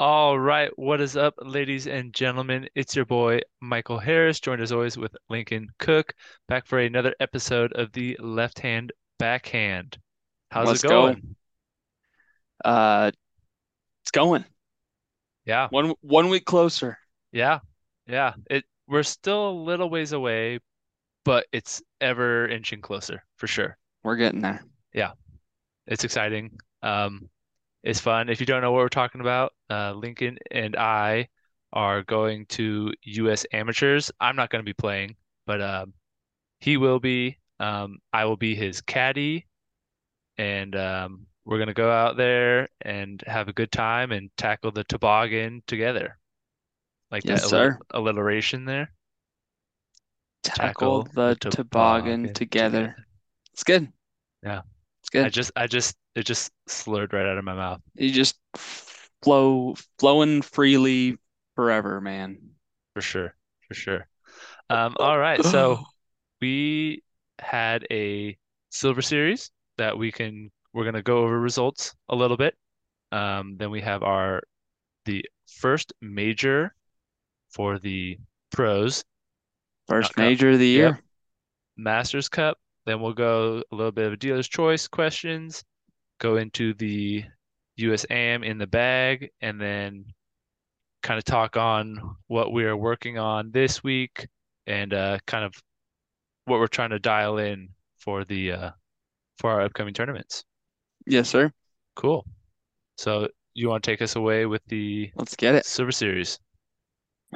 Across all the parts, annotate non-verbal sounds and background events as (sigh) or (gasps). All right, what is up, ladies and gentlemen? It's your boy Michael Harris, joined as always with Lincoln Cook, back for another episode of the Left Hand Backhand. How's Let's it go. going? Uh, it's going Yeah, one one week closer. yeah, yeah. It we're still a little ways away, but it's ever inching closer for sure. We're getting there. It's exciting. Um, it's fun. If you don't know what we're talking about, uh, Lincoln and I are going to U.S. Amateurs. I'm not going to be playing, but um, he will be. Um, I will be his caddy, and um, we're going to go out there and have a good time and tackle the toboggan together. Like that Yes, alli- sir. alliteration there. Tackle the toboggan together. It's good. Yeah. It's I good. just, I just, it just slurred right out of my mouth. You just flow flowing freely forever, man. For sure, for sure. Um, all right, (sighs) so we had a silver series that we can we're gonna go over results a little bit. Um, then we have our the first major for the pros, (gasps) First Knock out. major of the year. Yep. Masters Cup. Then we'll go a little bit of a dealer's choice questions, go into the US AM in the bag, and then kind of talk on what we are working on this week and uh, kind of what we're trying to dial in for the uh, for our upcoming tournaments. Yes, sir. Cool. So you want to take us away with the Let's get it. Silver Series?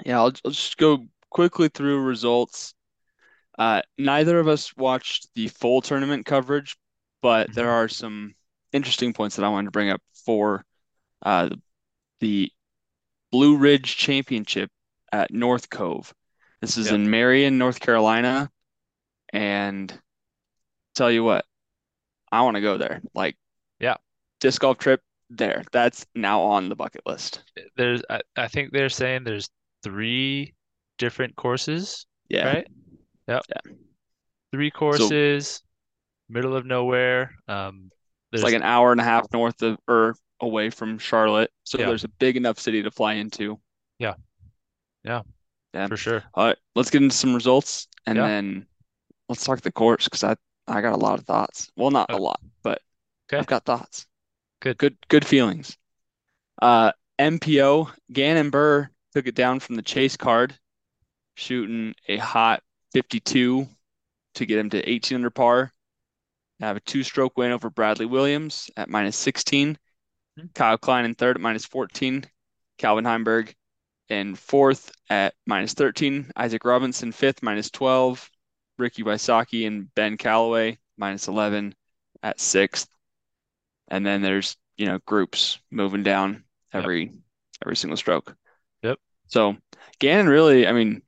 Yeah, I'll, I'll just go quickly through results. Uh, neither of us watched the full tournament coverage, but there Mhm. are some interesting points that I wanted to bring up for uh, the Blue Ridge Championship at North Cove. This is Yep. in Marion, North Carolina, and tell you what, I want to go there. Like, Yeah. disc golf trip there. That's now on the bucket list. There's I, I think they're saying there's three different courses, Yeah. right? Yep. Yeah. three courses, middle of nowhere. Um, It's there's like an hour and a half north of or away from Charlotte. So Yeah. there's a big enough city to fly into. Yeah. Yeah. Yeah. for sure. All right, let's get into some results and Yeah. then let's talk the course because I I got a lot of thoughts. Well, not a Okay. lot, but Okay. I've got thoughts. Good. Good good feelings. Uh MPO Gannon Burr took it down from the chase card, shooting a hot 52 to get him to 18 under par. I have a two-stroke win over Bradley Williams at minus 16, Hmm. Kyle Klein in third at minus 14, Calvin Heimberg in fourth at minus 13, Isaac Robinson fifth minus 12, Ricky Wysocki and Ben Calloway minus 11 at sixth. And then there's, you know, groups moving down Yep. every every single stroke. Yep. So Gannon really, I mean,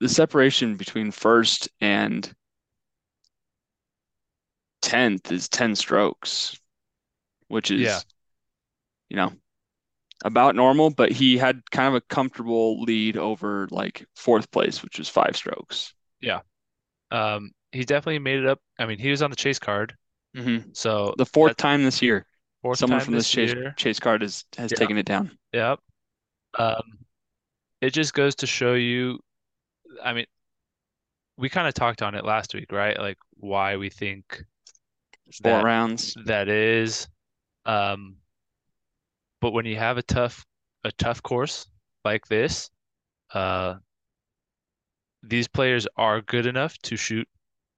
the separation between first and 10th is 10 strokes, which is, Yeah. you know, about normal, but he had kind of a comfortable lead over like fourth place, which was five strokes. Um, he definitely made it up. I mean, he was on the chase card, Mm-hmm. so The fourth That's- time this year, fourth someone time from this this chase year. chase card is, has Yeah. taken it down. Yep. Um, it just goes to show you. I mean, we kind of talked on it last week, right? Like why we think Four that rounds. that is. Um, but when you have a tough a tough course like this, uh, these players are good enough to shoot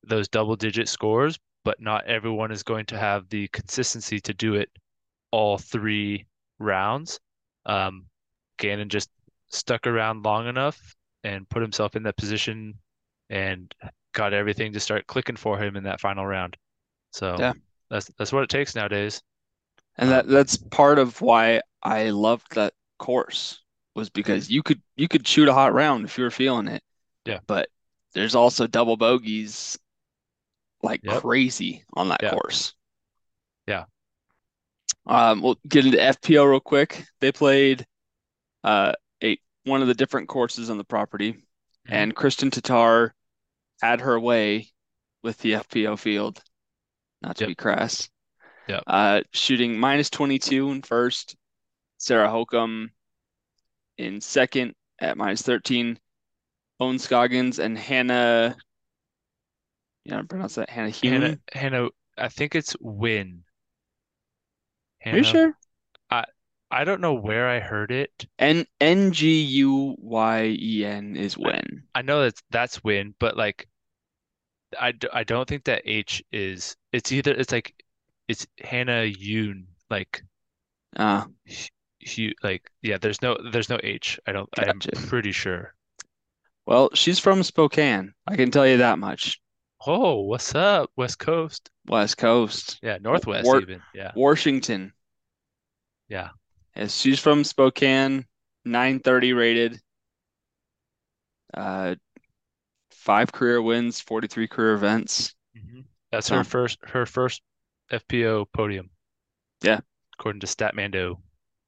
those double digit scores, but not everyone is going to have the consistency to do it all three rounds. Um, Gannon just stuck around long enough and put himself in that position and got everything to start clicking for him in that final round. So Yeah. that's that's what it takes nowadays. And that that's part of why I loved that course was because you could you could shoot a hot round if you were feeling it. Yeah. But there's also double bogeys like Yep. crazy on that Yeah. course. Yeah. Um, we'll get into FPO real quick. They played uh a one of the different courses on the property, Mm-hmm. and Kristen Tatar had her way with the FPO field. Not to Yep. be crass. Yep. Uh, shooting minus 22 in first, Sarah Hokum in second at minus 13. Owen Scoggins and Hannah. Yeah, I pronounce that Hannah Hewen. Hannah, Hannah, I think it's Win. Are you sure? I don't know where I heard it. N N G U Y E N is when. I know that's that's Win, but like, I, d- I don't think that H is. It's either it's like, it's Hannah Yoon, like Uh, Hu like yeah. There's no there's no H. I don't. I'm Gotcha. pretty sure. well, she's from Spokane. I can tell you that much. Oh, what's up, West Coast? West Coast, Yeah, Northwest Wor- even. Yeah. Washington. Yeah. Yes, she's from Spokane, 930 rated. Uh, five career wins, 43 career events. Mhm. That's her Huh. first her first FPO podium. Yeah. According to Statmando.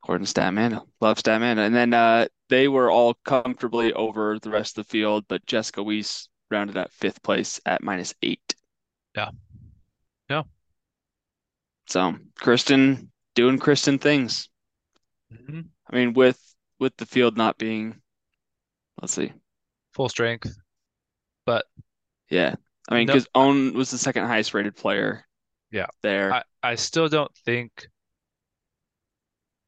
Gordon Statman, love Statman. And then uh, they were all comfortably over the rest of the field, but Jessica Weiss rounded out fifth place at minus eight. Yeah. Yeah. So Kristen doing Kristen things. Mhm. I mean, with with the field not being, let's see, Full strength. yeah. I mean, No. because Own was the second highest rated player. Yeah. There. I, I still don't think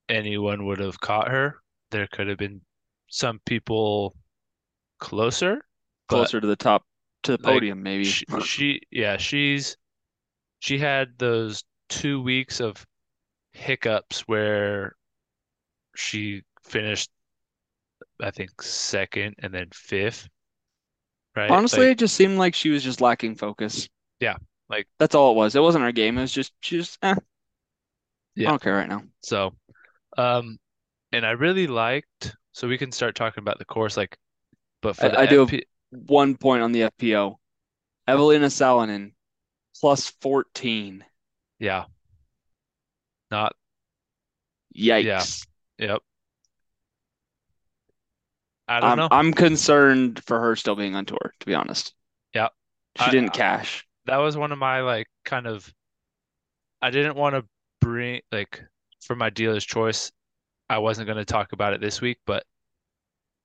anyone would have caught her. There could have been some people closer. but closer to the top to the like, podium maybe She, she yeah, she's she had those two weeks of hiccups where she finished I think second and then fifth. Right? honestly Like, it just seemed like she was just lacking focus Yeah, like- that's all it was it wasn't her game it was just she just eh. Yeah. i don't care right now so um and I really liked so we can start talking about the course like but for I- the I do have- FP one point on the fpo evelina salonen plus 14 yeah. Not yikes yep. I don't I'm, know. I'm concerned for her still being on tour to be honest Yeah. she I- didn't I- cash that was one of my like kind of I didn't want to bring like for my dealer's choice, I wasn't going to talk about it this week, but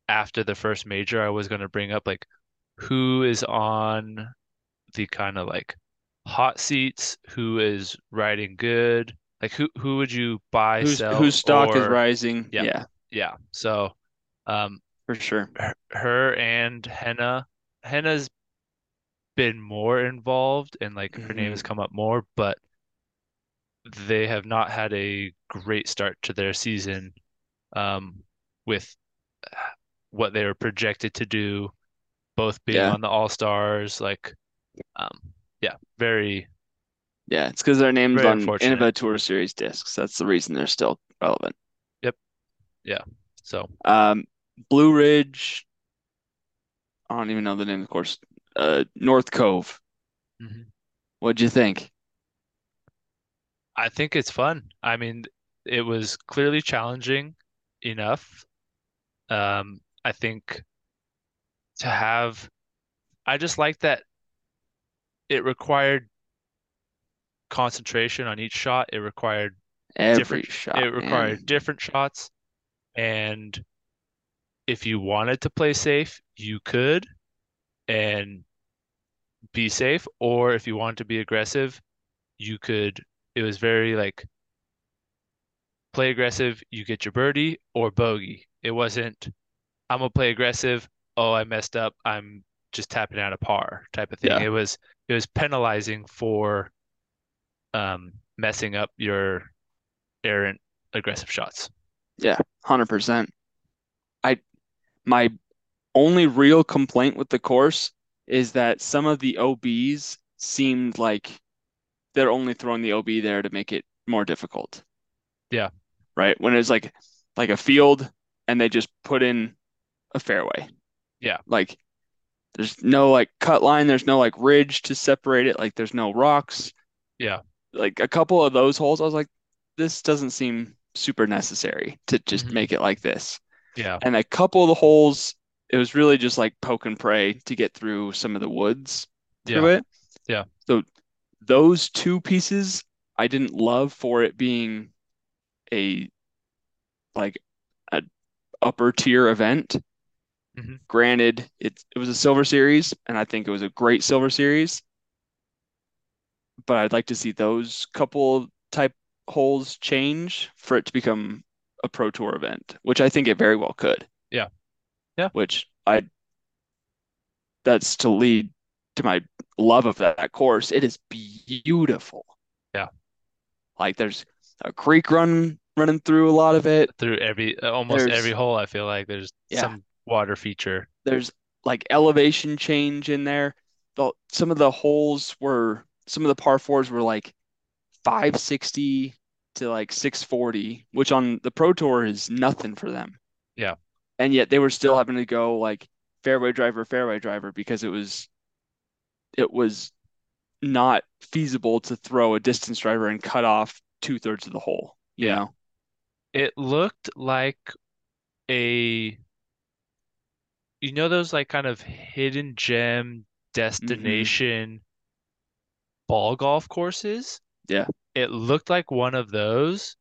after the first major, I was going to bring up like who is on the kind of like hot seats, who is riding good, like who who would you buy, whose, sell, whose stock is or- rising Yeah. yeah Yeah. So, um, for sure her- her and Henna. Henna's been more involved and like her name has come up more, but they have not had a great start to their season um, with uh, what they were projected to do, both being Yeah. on the All Stars. Like, um, yeah, very, yeah it's because their names Very on unfortunate. innova tour series discs that's the reason they're still relevant so Um, Blue Ridge. I don't even know the name of the course. Uh, North Cove. Mhm. What'd you think? I think it's fun. I mean, it was clearly challenging enough. Um, I think to have, I just like that it required concentration on each shot. It required Every Different- shot. it required man. different shots, and if you wanted to play safe, you could and be safe, or if you wanted to be aggressive, you could. It was very like play aggressive, you get your birdie or bogey. It wasn't, I'm gonna play aggressive. Oh, I messed up. I'm just tapping out a par type of thing. Yeah. It was it was penalizing for um messing up your errant aggressive shots. Hundred percent. I my only real complaint with the course is that some of the OBs seemed like they're only throwing the OB there to make it more difficult. Yeah. Right? When it's like like a field and they just put in a fairway. Yeah. Like there's no like cut line, there's no like ridge to separate it, like there's no rocks. Yeah. Like a couple of those holes, I was like, this doesn't seem super necessary to just Mhm. make it like this Yeah. and a couple of the holes it was really just like poke and pray to get through some of the woods through it Yeah. so those two pieces i didn't love for it being a like a upper tier event. Mhm. Granted, it it was a silver series, and I think it was a great silver series. But I'd like to see those couple type holes change for it to become a pro tour event, which I think it very well could. Yeah. Yeah. Which I that's to lead to my love of that course. It is beautiful. Yeah. Like there's a creek run running through a lot of it. Through every uh, almost There's- every hole, I feel like there's Yeah. some water feature. There's like elevation change in there. The, some of the holes were some of the par fours were like 560 to like 640, which on the pro tour is nothing for them. Yeah. And yet they were still having to go like fairway driver, fairway driver because it was it was not feasible to throw a distance driver and cut off two thirds of the hole. You Yeah. know? It looked like a, you know, those like kind of hidden gem Mm-hmm. destination ball golf courses? Yeah. It looked like one of those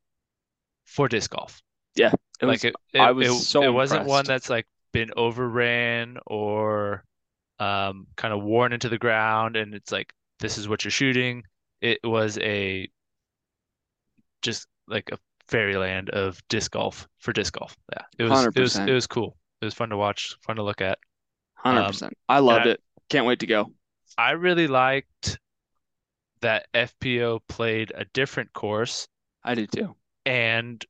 for disc golf. It like was it, I it, was it, so it wasn't one impressed. that's like been overran or um kind of worn into the ground and it's like this is what you're shooting. It was a just like a fairyland of disc golf for disc golf. Yeah. It was it was 100%. it was cool. It was fun to watch, fun to look at. um, 100%. I loved I- it. Can't wait to go. I really liked that FPO played a different course I do too. and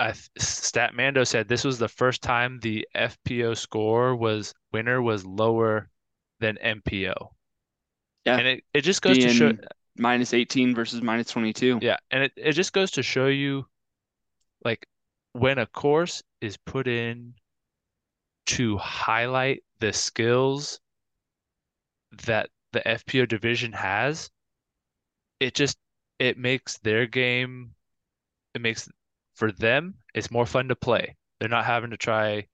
I th- Stat Mando said this was the first time the FPO score was winner was lower than MPO. Yeah. And it, it just goes to show Being- Minus 18 versus minus 22. yeah, and it, it just goes to show you like when a course is put in to highlight the skills that the FPO division has, it just it makes their game it makes for them it's more fun to play. They're not having to try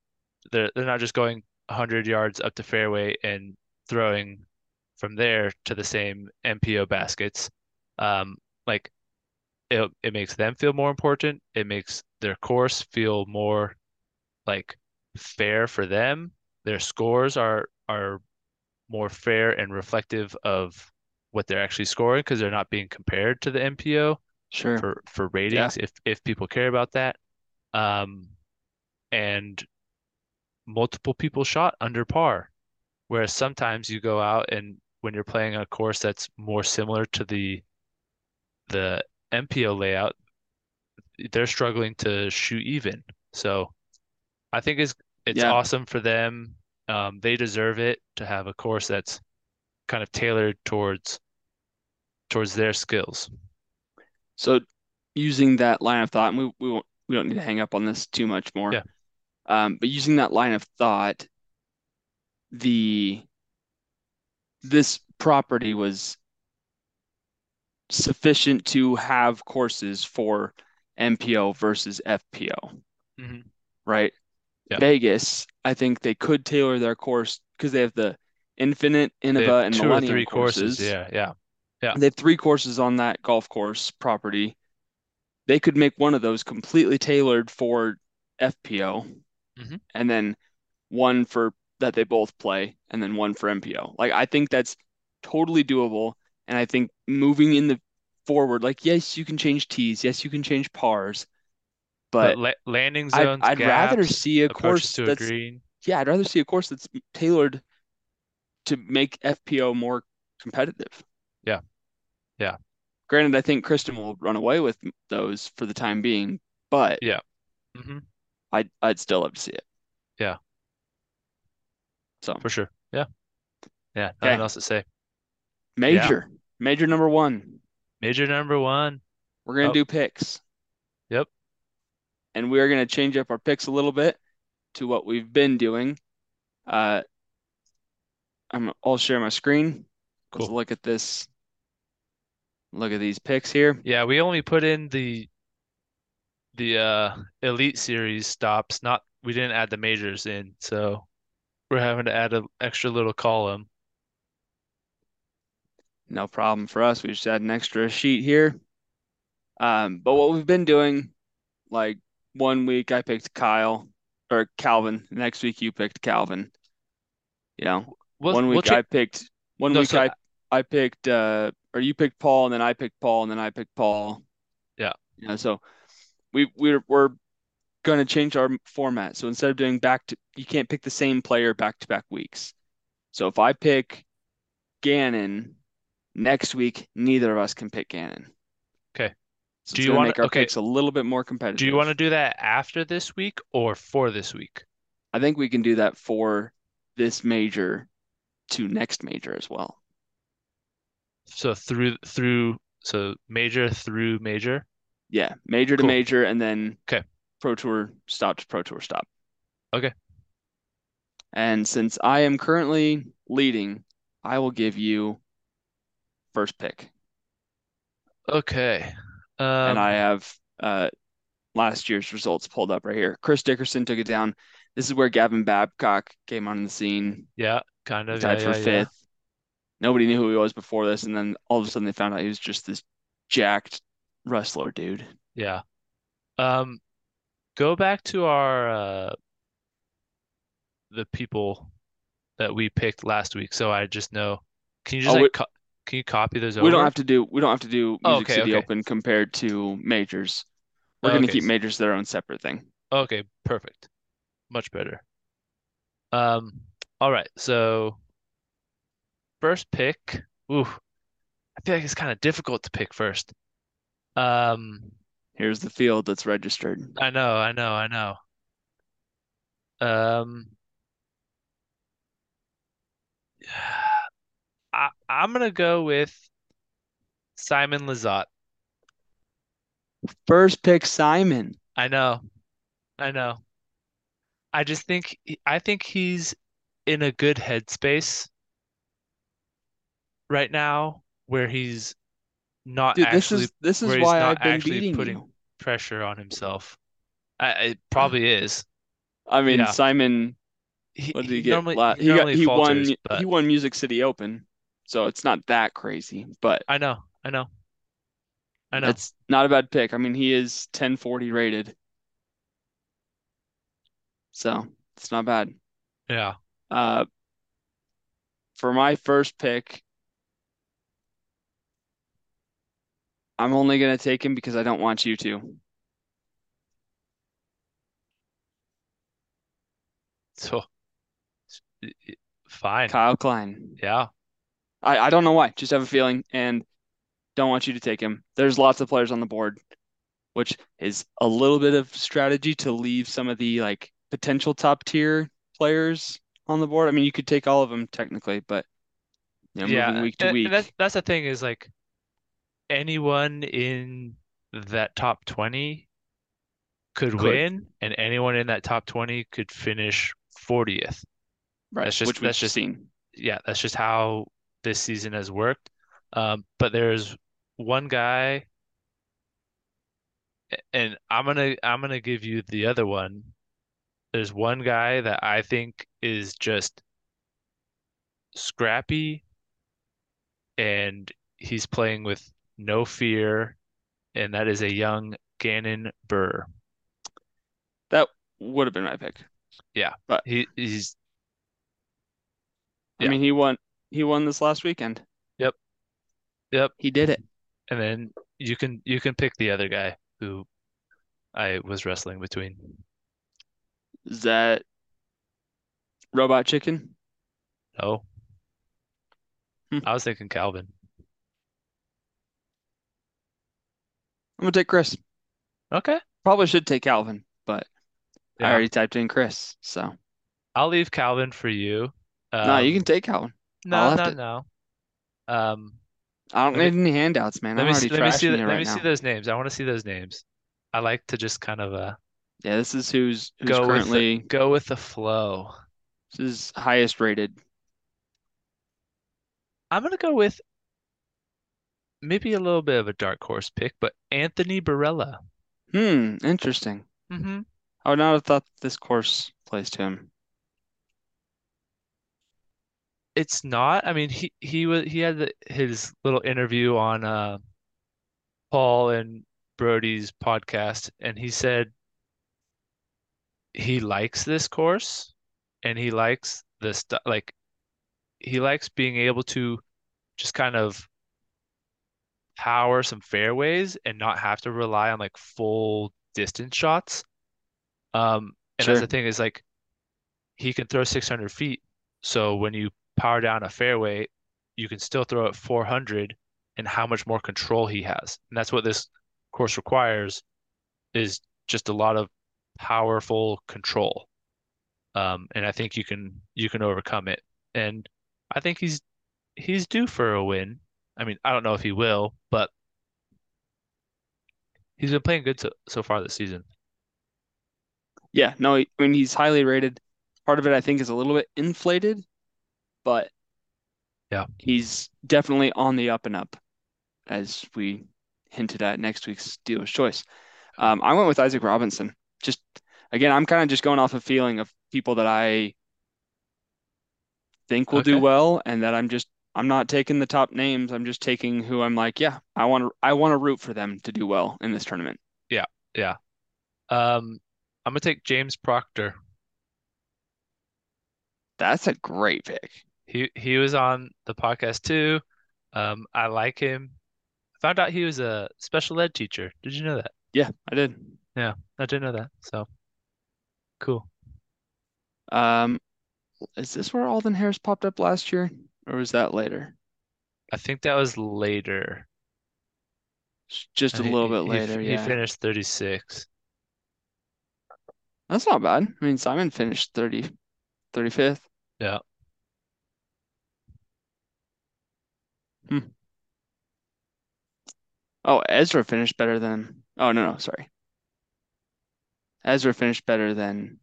they're they're not just going 100 yards up the fairway and throwing from there to the same MPO baskets. Um, like it it makes them feel more important. It makes their course feel more like fair for them. Their scores are are more fair and reflective of what they're actually scoring because they're not being compared to the MPO Sure. for for ratings if if people care about that. Um, and multiple people shot under par, whereas sometimes you go out and when you're playing a course that's more similar to the the MPO layout, they're struggling to shoot even. So I think it's it's Yeah. awesome for them. Um, they deserve it to have a course that's kind of tailored towards towards their skills. So using that line of thought, and we, we won't we don't need to hang up on this too much more. Yeah. Um, but using that line of thought, the this property was sufficient to have courses for MPO versus FPO, Mm-hmm. Mhm. right? Yeah. Vegas, I think they could tailor their course because they have the Infinite, They Innova, have and two or Millennium three courses. courses. Yeah, yeah. Yeah. They have three courses on that golf course property. They could make one of those completely tailored for FPO, Mhm. and then one for that they both play, and then one for MPO. Like I think that's totally doable, and I think moving in the forward, like yes, you can change tees, yes, you can change pars, but, But la landing I'd, zones, I'd rather gaps, see a approaches course to a that's green. yeah, I'd rather see a course that's tailored to make FPO more competitive. Yeah. Yeah. Granted, I think Kristen will run away with those for the time being, but hmm I'd I'd still love to see it. Yeah. So for sure. Yeah. Yeah. Nothing Okay. else to say. major, major number one. Major number one. We're gonna Oh. do picks. Yep. And we are gonna change up our picks a little bit to what we've been doing. Uh, I'm I'll share my screen. Let's Cool. look at this. Look at these picks here. Yeah, we only put in the the uh Elite Series stops, not we didn't add the majors in, so we're having to add an extra little column. No problem for us. We just had an extra sheet here. Um, but what we've been doing, like one week I picked Kyle or Calvin. Next week you picked Calvin. You know, We'll, one we'll week I check- picked one No, week so- I I picked uh or you picked Paul and then I picked Paul and then I picked Paul. Yeah. You know, so we we're we're gonna change our format. So instead of doing back to you can't pick the same player back to back weeks. So if I pick Gannon next week, neither of us can pick Gannon. Okay. So Do it's you gonna wanna- make our okay. picks a little bit more competitive? Do you want to do that after this week or for this week? I think we can do that for this major to next major as well. So through through so major through major. Yeah, major to Cool. major and then 'Kay. pro tour stop to pro tour stop. Okay. And since I am currently leading, I will give you first pick. Okay. Um, and I have uh, last year's results pulled up right here. Chris Dickerson took it down. This is where Gavin Babcock came on the scene, yeah, kind of. tied yeah, for yeah, yeah. fifth. Nobody knew who he was before this, and then all of a sudden they found out he was just this jacked wrestler dude. Yeah. Um, go back to our uh the people that we picked last week, so I just know. Can you just Oh, like we- co can you copy those We don't over? have to do we don't have to do Oh, Music okay, City okay. Open compared to majors. We're gonna Okay, keep s- majors their own separate thing. Okay, perfect. Much better. Um, all right, so first pick. Ooh, I feel like it's kind of difficult to pick first. Um, Here's the field that's registered. I know, I know, I know. Um, (sighs) I I'm gonna go with Simon Lizotte. First pick Simon. I know, I know. I just think he- I think he's in a good headspace right now where he's not Dude, this Uh, actually is this is where he's why not I've been actually beating putting- you. pressure on himself. I, (sighs) it probably is. I mean, Yeah. Simon He, What did he, he get? normally La- he he, got- normally he falters, won. but He won Music City Open, so it's not that crazy. But I know, I know, I know. it's not a bad pick. I mean, he is 1040 rated, so it's not bad. Yeah. Uh, for my first pick, I'm only gonna take him because I don't want you to. So i- i- fine. Kyle Klein. Yeah. I, I don't know why. Just have a feeling and don't want you to take him. There's lots of players on the board, which is a little bit of strategy to leave some of the like potential top tier players on the board. I mean, you could take all of them technically, but you know, Yeah. moving week to and- week. and that's that's the thing is like anyone in that top 20 could Could. win and anyone in that top 20 could finish 40th. right. that's just- which we've that's just- seen. yeah, that's just how this season has worked. Um, but there's one guy, a- and I'm gonna I'm gonna give you the other one. There's one guy that I think is just scrappy, and he's playing with no fear, and that is a young Gannon Burr. Would have been my pick. He he's I Yeah. mean, he won he won this last weekend. Yep. Yep. He did it. and then you can you can pick the other guy who I was wrestling between. Is that Robot Chicken? No. Hmm. Oh. I was thinking Calvin. I'm gonna take Chris. Okay. Probably should take Calvin, but I Yeah. already typed in Chris, so I'll leave Calvin for you. no, you Um, can take Calvin. no, I'll have no, to- no. Um, I don't let need any handouts, man. let I'm me already see, let me see trashing the- you let right me see now. those names. I want to see those names. I like to just kind of uh Yeah, this is who's who's go with the, currently go with the flow. this is highest rated. I'm gonna go with maybe a little bit of a dark horse pick, but Anthony Barella. Hmm, interesting. Mm-hmm. I would not have thought this course plays to him. It's not. I mean, he he was he had the, his little interview on uh, Paul and Brody's podcast, and he said he likes this course and he likes the stuff like he likes being able to just kind of power some fairways and not have to rely on like full distance shots. Um, and that's Sure. the thing is like he can throw 600 feet. So when you power down a fairway, you can still throw it 400 and how much more control he has. And that's what this course requires is just a lot of powerful control. Um, and I think you can you can overcome it. And I think he's he's due for a win. I mean, I don't know if he will, but he's been playing good so, so far this season. Yeah, no, I mean he's highly rated. Part of it I think is a little bit inflated, but Yeah. he's definitely on the up and up, as we hinted at next week's dealer's choice. Um, I went with Isaac Robinson. Just again, I'm kind of just going off a feeling of people that I think will do Okay. well, and that I'm just I'm not taking the top names. I'm just taking who I'm like, yeah, I want to I want to root for them to do well in this tournament. Yeah. Um, I'm gonna take James Proctor. That's a great pick. He he was on the podcast too. Um, I like him. I found out he was a special ed teacher. Did you know that? Yeah, I did. I didn't know that. So cool. Um, is this where Alden Harris popped up last year, or was that later? I think that was later. S- Just a And he, little he, bit he f- later, he yeah. finished 36. That's not bad. I mean, Simon finished 30, 35th. Yeah. Hmm. Oh, Ezra finished better than. Oh no, no, sorry. Ezra finished better than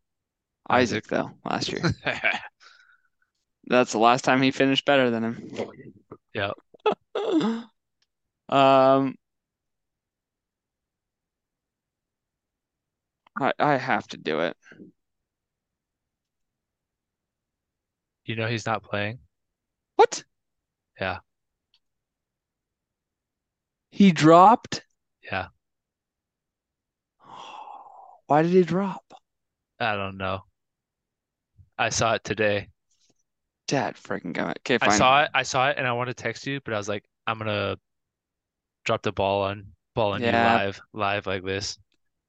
Isaac Isaac. though last year. That's the last time he finished better than him. Yeah. (laughs) Um, I I have to do it. (laughs) You know he's not playing. What? Yeah. He dropped? Yeah. (gasps) Why did he drop? I don't know. I saw it today. Dad freaking gummit. Okay, I fine. saw it. I saw it, and I wanted to text you, but I was like, I'm gonna drop the ball on ball on you Yeah. live, live like this.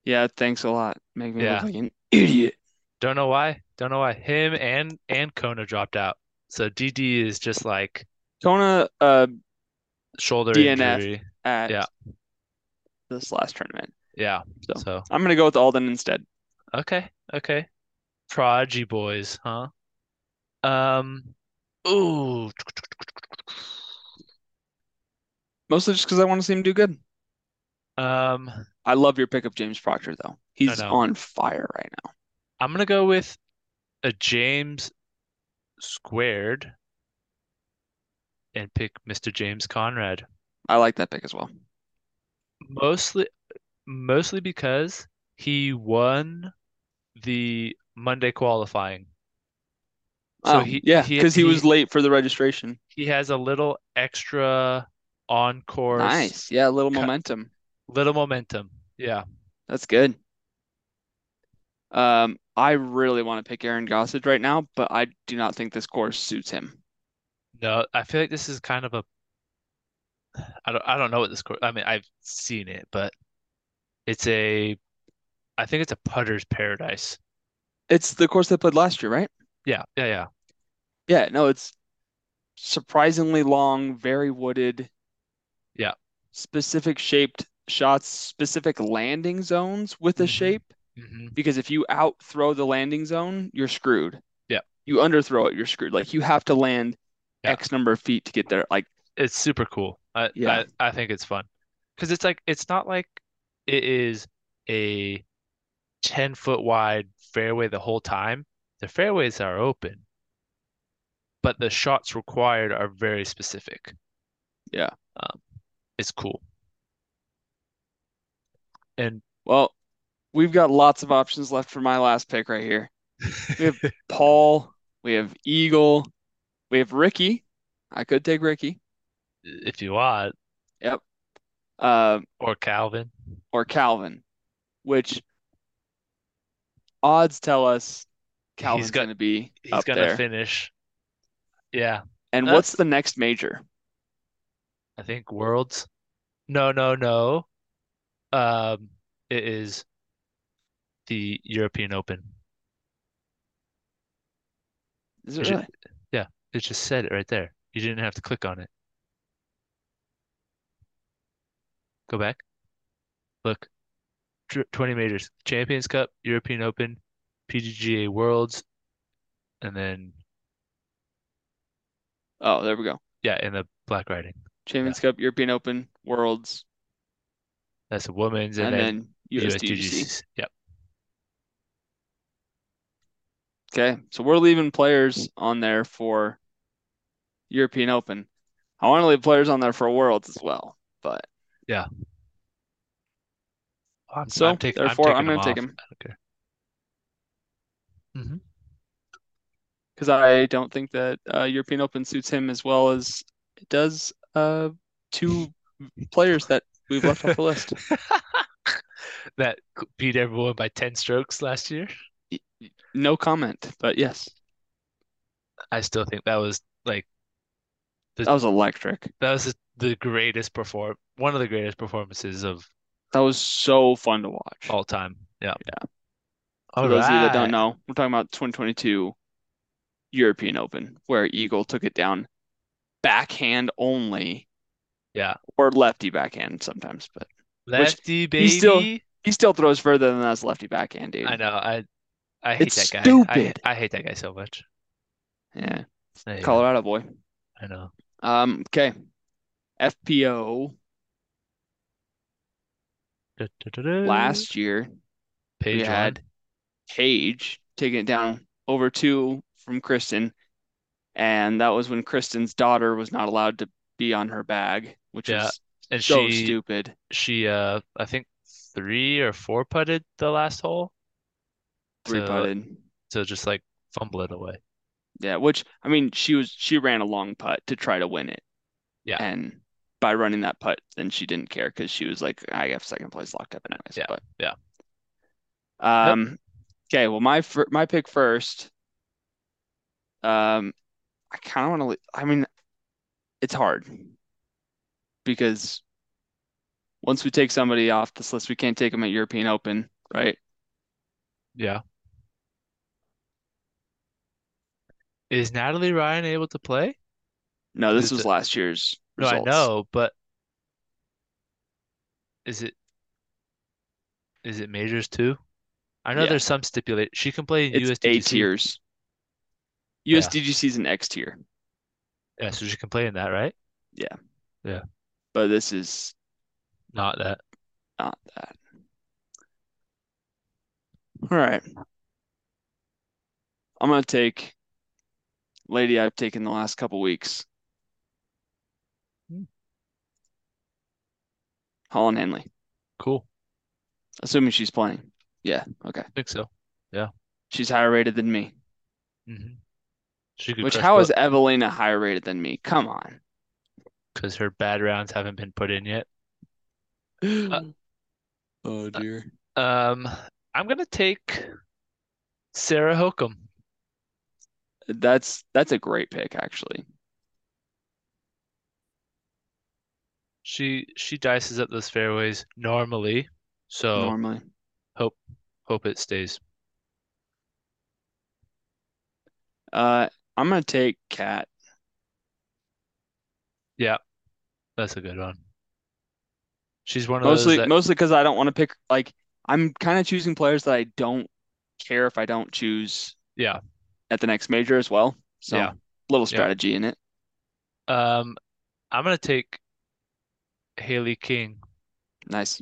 Yeah, thanks a lot. Make me Yeah. look like an idiot. Don't know why. Don't know why. Him and and Kona dropped out. So DD is just like Kona uh shoulder DNF. injury. at Yeah. this last tournament. Yeah. So. So I'm gonna go with Alden instead. okay, okay. Prodigy boys, huh? Um. Ooh. Mostly just because I want to see him do good. Um. I love your pick of James Proctor though. He's know. on fire right now. I'm gonna go with a James squared and pick Mr. James Conrad. I like that pick as well. Mostly, mostly because he won the Monday qualifying, so oh, he yeah, he because he, was he, late for the registration. he has a little extra on course, Nice. Yeah, a little Cut. momentum. little momentum. Yeah, That's good. Um, I really want to pick Aaron Gossage right now, but I do not think this course suits him. no, I feel like this is kind of a. I don't I don't know what this course. I mean, I've seen it, but it's a. I think it's a putter's paradise. It's the course they played last year, right? Yeah, yeah, yeah. Yeah, no, it's surprisingly long, very wooded. Yeah. Specific shaped shots, specific landing zones with a Mhm. shape. hmm because if you out throw the landing zone, you're screwed. Yeah. You underthrow it, you're screwed. Like you have to land Yeah. X number of feet to get there. Like It's super cool. I, Yeah. I I think it's fun because it's like it's not like it is a ten foot wide fairway the whole time. The fairways are open, but the shots required are very specific. Yeah. Um, it's cool. And well, we've got lots of options left for my last pick right here. (laughs) We have Paul, we have Eagle, we have Ricky. I could take Ricky, if you want, uh, or Calvin, or Calvin, which odds tell us Calvin's got- going to be He's up gonna there. finish. Yeah, and uh, what's the next major? I think Worlds. No, no, no. Um, it is the European Open. Is it Is it- really? It just said it right there. You didn't have to click on it. Go back. Look. Tw- 20 majors. Champions Cup, European Open, PGGA Worlds, and then Oh, there we go. yeah, and the black riding. Champions Cup, European Open, Worlds, That's the women's and and then then USDGC. USDGC. Yep. Okay, so we're leaving players on there for European Open. I want to leave players on there for Worlds as well, but I'm, So, I'm taking therefore, I'm I'm taking gonna take them him. off. I don't care. hmm because I don't think that uh, European Open suits him as well as it does uh, two players that we've left off the list. That c- beat everyone by 10 strokes last year. No comment, but yes, I still think that was like that was electric. that was the- the greatest perform one of the greatest performances of That was so fun to watch. all time. Yeah. Yeah. All For those of you that right. don't know, we're talking about 2022 European Open, where Eagle took it down backhand only. Yeah. Or lefty backhand sometimes, but Lefty baby. he still- he still throws further than us lefty backhand, dude. I know. I I hate It's that guy. I- stupid. I, hate that guy so much. Yeah. I hate him. Colorado boy. I know. Um, okay. FPO Da, da, da, da. last year page we one. had Cage taking it down over two from Kristen. And that was when Kristen's daughter was not allowed to be on her bag, which Yeah, is and so she stupid. she uh I think three or four putted the last hole Three to putted. to just like fumble it away. Yeah, which I mean, she was she ran a long putt to try to win it. Yeah. And by running that putt, then she didn't care because she was like, I have second place locked up anyways. Yeah, But yeah. Um, okay. Well, my fir my pick first. Um, I kind of want to. I mean, it's hard because once we take somebody off this list, we can't take them at European Open, right? Yeah. Is Natalie Ryan able to play? No, this Is was the- last year's No, I results. know, but is it is it majors too? I know Yeah. there's some stipulate she can play in It's A USDGC. tiers. Yeah. USDGC is an X tier, Yeah, so she can play in that, right? but this is Not that. not that. All right. I'm gonna take lady I've taken the last couple weeks. Hmm. Holland Henley, Cool. assuming she's playing. Yeah, okay. think so. She's higher rated than me. hmm She could Which crush how is Evelina higher rated than me? Come on. because her bad rounds haven't been put in yet. Uh, (gasps) oh dear. Um, I'm gonna take Sarah Hokum. That's that's a great pick actually. She she dices up those fairways normally, so Normally. hope it stays. Uh I'm gonna take Cat. That's a good one. She's one of those Mostly, that mostly because I don't want to pick. Like, I'm kind of choosing players that I don't care if I don't choose yeah. at the next major as well. So, Yeah. little Yeah. strategy in it. Um, I'm gonna take Haley King. Nice.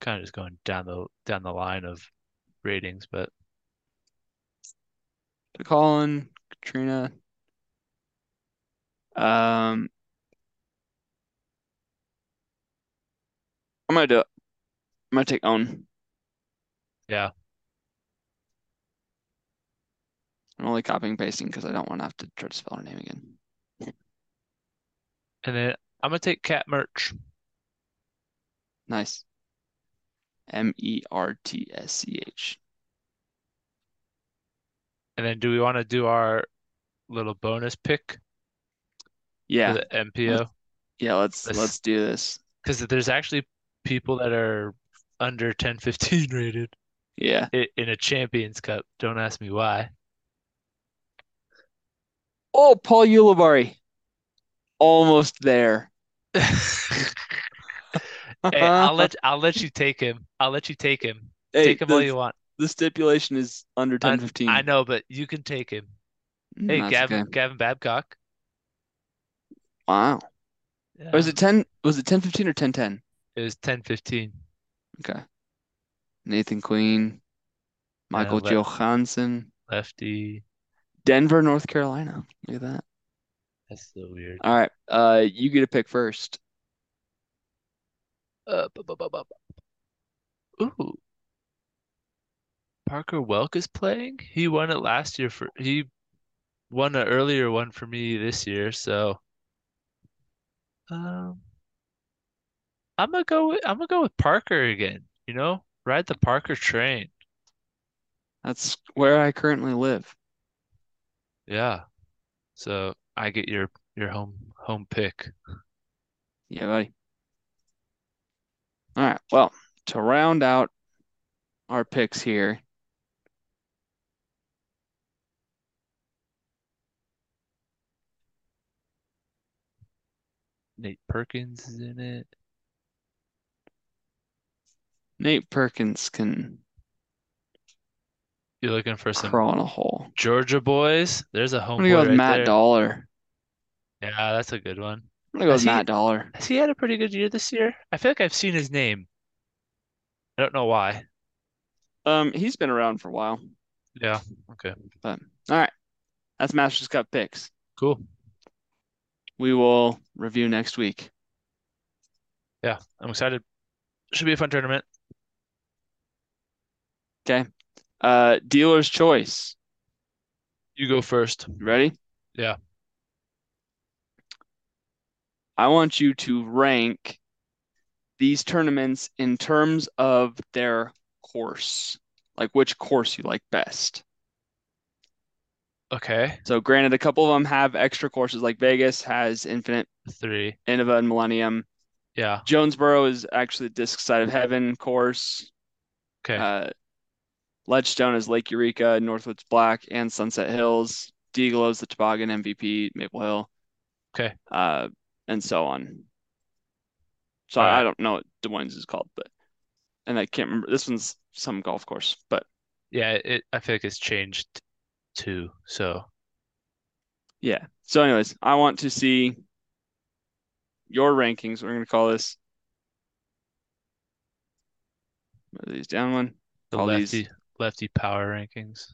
Kind of just going down the down the line of ratings, but Colin, Katrina. Um, I'm gonna do. I'm gonna take own. Yeah. I'm only copying and pasting because I don't want to have to try to spell her name again. and then I'm gonna take Cat Merch. Nice. M E R T S C H. And then do we want to do our little bonus pick for Yeah, the MPO? yeah. Let's Let's- let's do this. Because there's actually people that are under 1015 rated (laughs) Yeah. i- in a Champions Cup. Don't ask me why. (laughs) Oh, Paul Ulibarri, almost there. Hey, I'll let I'll let you take him. I'll let you take him. Uh, (laughs) Hey, take him all the- you want. The stipulation is under ten fifteen. I know, but you can take him. Hmm, Hey, Gavin Gavin Babcock. Wow. Was Yeah, it ten? Was it ten fifteen or ten ten? it was 10-15. Okay. Nathan Queen, Michael but- Johansson, Lefty. Denver, North Carolina. Look at that. That's so weird. All right. Uh, you get a pick first. Uh, bu- bu- bu- bu- bu- Ooh. Parker Welk is playing. He won it last year for he won an earlier one for me this year, so um I'm gonna go with, I'm gonna go with Parker again, you know? Ride the Parker train. That's where I currently live. Yeah. So I get your your home home pick. Yeah, buddy. All right. Well, to round out our picks here, Nate Perkins is in it. Nate Perkins can You're looking for some crawl in a hole. Georgia boys? There's a home I'm gonna go with right Matt there. Dollar. Yeah, that's a good one. I'm gonna go Has (laughs) with he- Matt Dollar. Has he had a pretty good year this year? I feel like I've seen his name. I don't know why. Um, he's been around for a while, Yeah. Okay. but all right. That's Masters Cup picks. Cool. We will review next week. Yeah. I'm excited. Should be a fun tournament. Uh, dealer's choice. You go first. You Ready? Yeah. I want you to rank these tournaments in terms of their course, like which course you like best. Okay. So, granted, a couple of them have extra courses, like Vegas has Infinite, Three. Innova, and Millennium. Yeah. Jonesboro is actually the Disc Side of Heaven course. Okay. Uh, Ledgestone is Lake Eureka, Northwoods Black, and Sunset Hills. Deagle is the Toboggan MVP, Maple Hill. Okay. Uh, and so on. So I, Alright. I don't know what Des Moines is called, but and I can't remember. This one's some golf course, but Yeah. It. I feel like it's changed too. So yeah. So, anyways, I want to see your rankings. We're gonna call this. Move these down one. the All these- lefty lefty power rankings.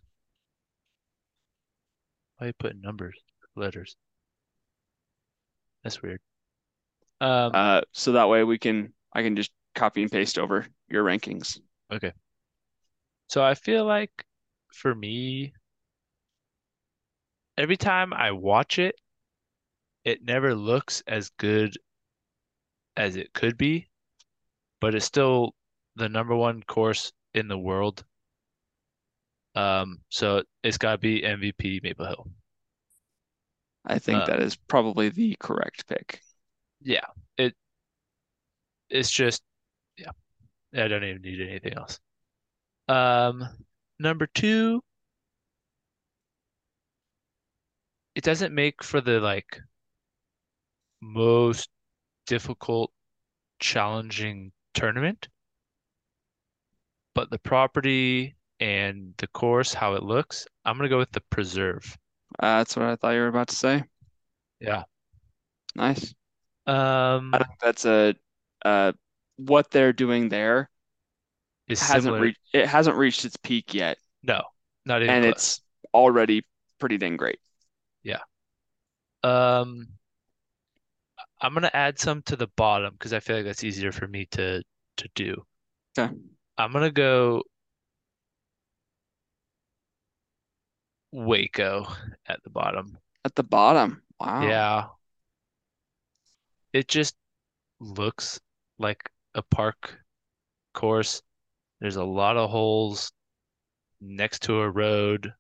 Why you putting numbers, letters? That's weird. Um. Uh, so that way we can I can just copy and paste over your rankings. So I feel like for me, every time I watch it, it never looks as good as it could be, but it's still the number one course in the world. Um, so it's got to be MVP Maple Hill. I think Uh, that is probably the correct pick. It's just, yeah, I don't even need anything else. Um, number two, it doesn't make for the like most difficult, challenging tournament, but the property and the course, how it looks, I'm gonna go with the preserve. Uh, that's what I thought you were about to say. Yeah. Nice. Um, I think that's a uh, what they're doing there is hasn't similar. reached it hasn't reached its peak yet, No, not even and close. it's already pretty dang great. Um, I'm gonna add some to the bottom because I feel like that's easier for me to to do. Okay. I'm gonna go Waco at the bottom. At the bottom. Wow. Yeah. It just looks like a park course. There's a lot of holes next to a road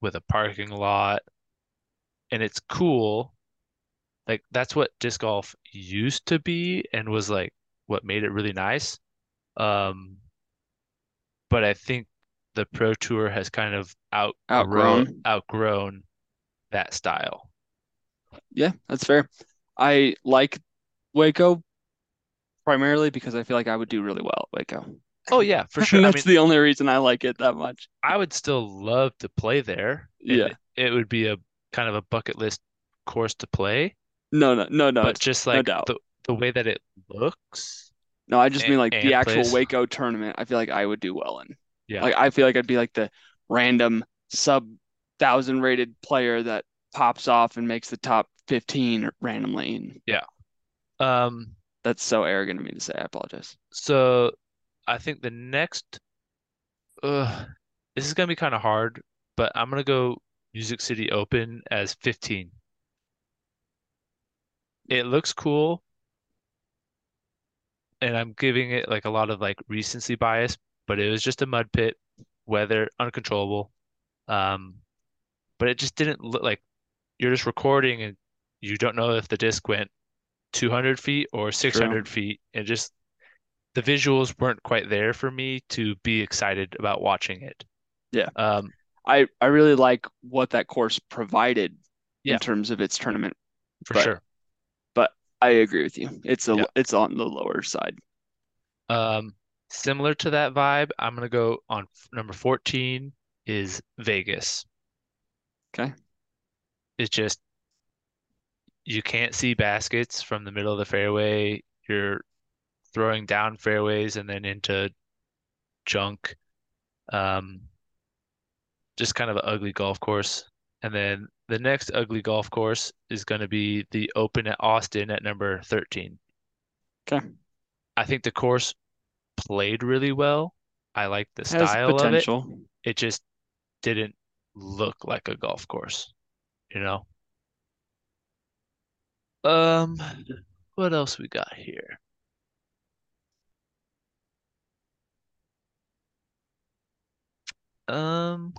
with a parking lot. And it's cool. Like that's what disc golf used to be and was like what made it really nice. Um, but I think the pro tour has kind of out Outgrown. outgrown that style. Yeah, that's fair. I like Waco primarily because I feel like I would do really well at Waco. Oh yeah, (laughs) for sure. I that's mean, the only reason I like it that much. I would still love to play there. and Yeah. It, it would be a kind of a bucket list course to play, No, no, no, no. but it's- just like doubt. the the way that it looks. no, I just and- mean like and the actual place. Waco tournament. I feel like I would do well in. Yeah. Like I feel like I'd be like the random sub thousand rated player that pops off and makes the top 15 randomly. And Um, that's so arrogant of me to say. I apologize. so I think the next uh this is gonna be kind of hard, but I'm gonna go Music City Open as 15. It looks cool, and I'm giving it like a lot of like recency bias, but it was just a mud pit, weather uncontrollable. Um, but it just didn't look like you're just recording and you don't know if the disc went 200 feet or 600 feet, and just the visuals weren't quite there for me to be excited about watching it. Yeah. Um, I, I really like what that course provided Yeah. in terms of its tournament. for But- sure. I agree with you. It's a Yeah. it's on the lower side. Um, similar to that vibe, I'm gonna go on f- number 14 is Vegas. Okay. It's just you can't see baskets from the middle of the fairway. You're throwing down fairways and then into junk. Um, just kind of an ugly golf course. And then the next ugly golf course is going to be the Open at Austin at number 13. Okay. I think the course played really well. I like the Has style of it. potential. It just didn't look like a golf course, you know? Um, what else we got here? Um,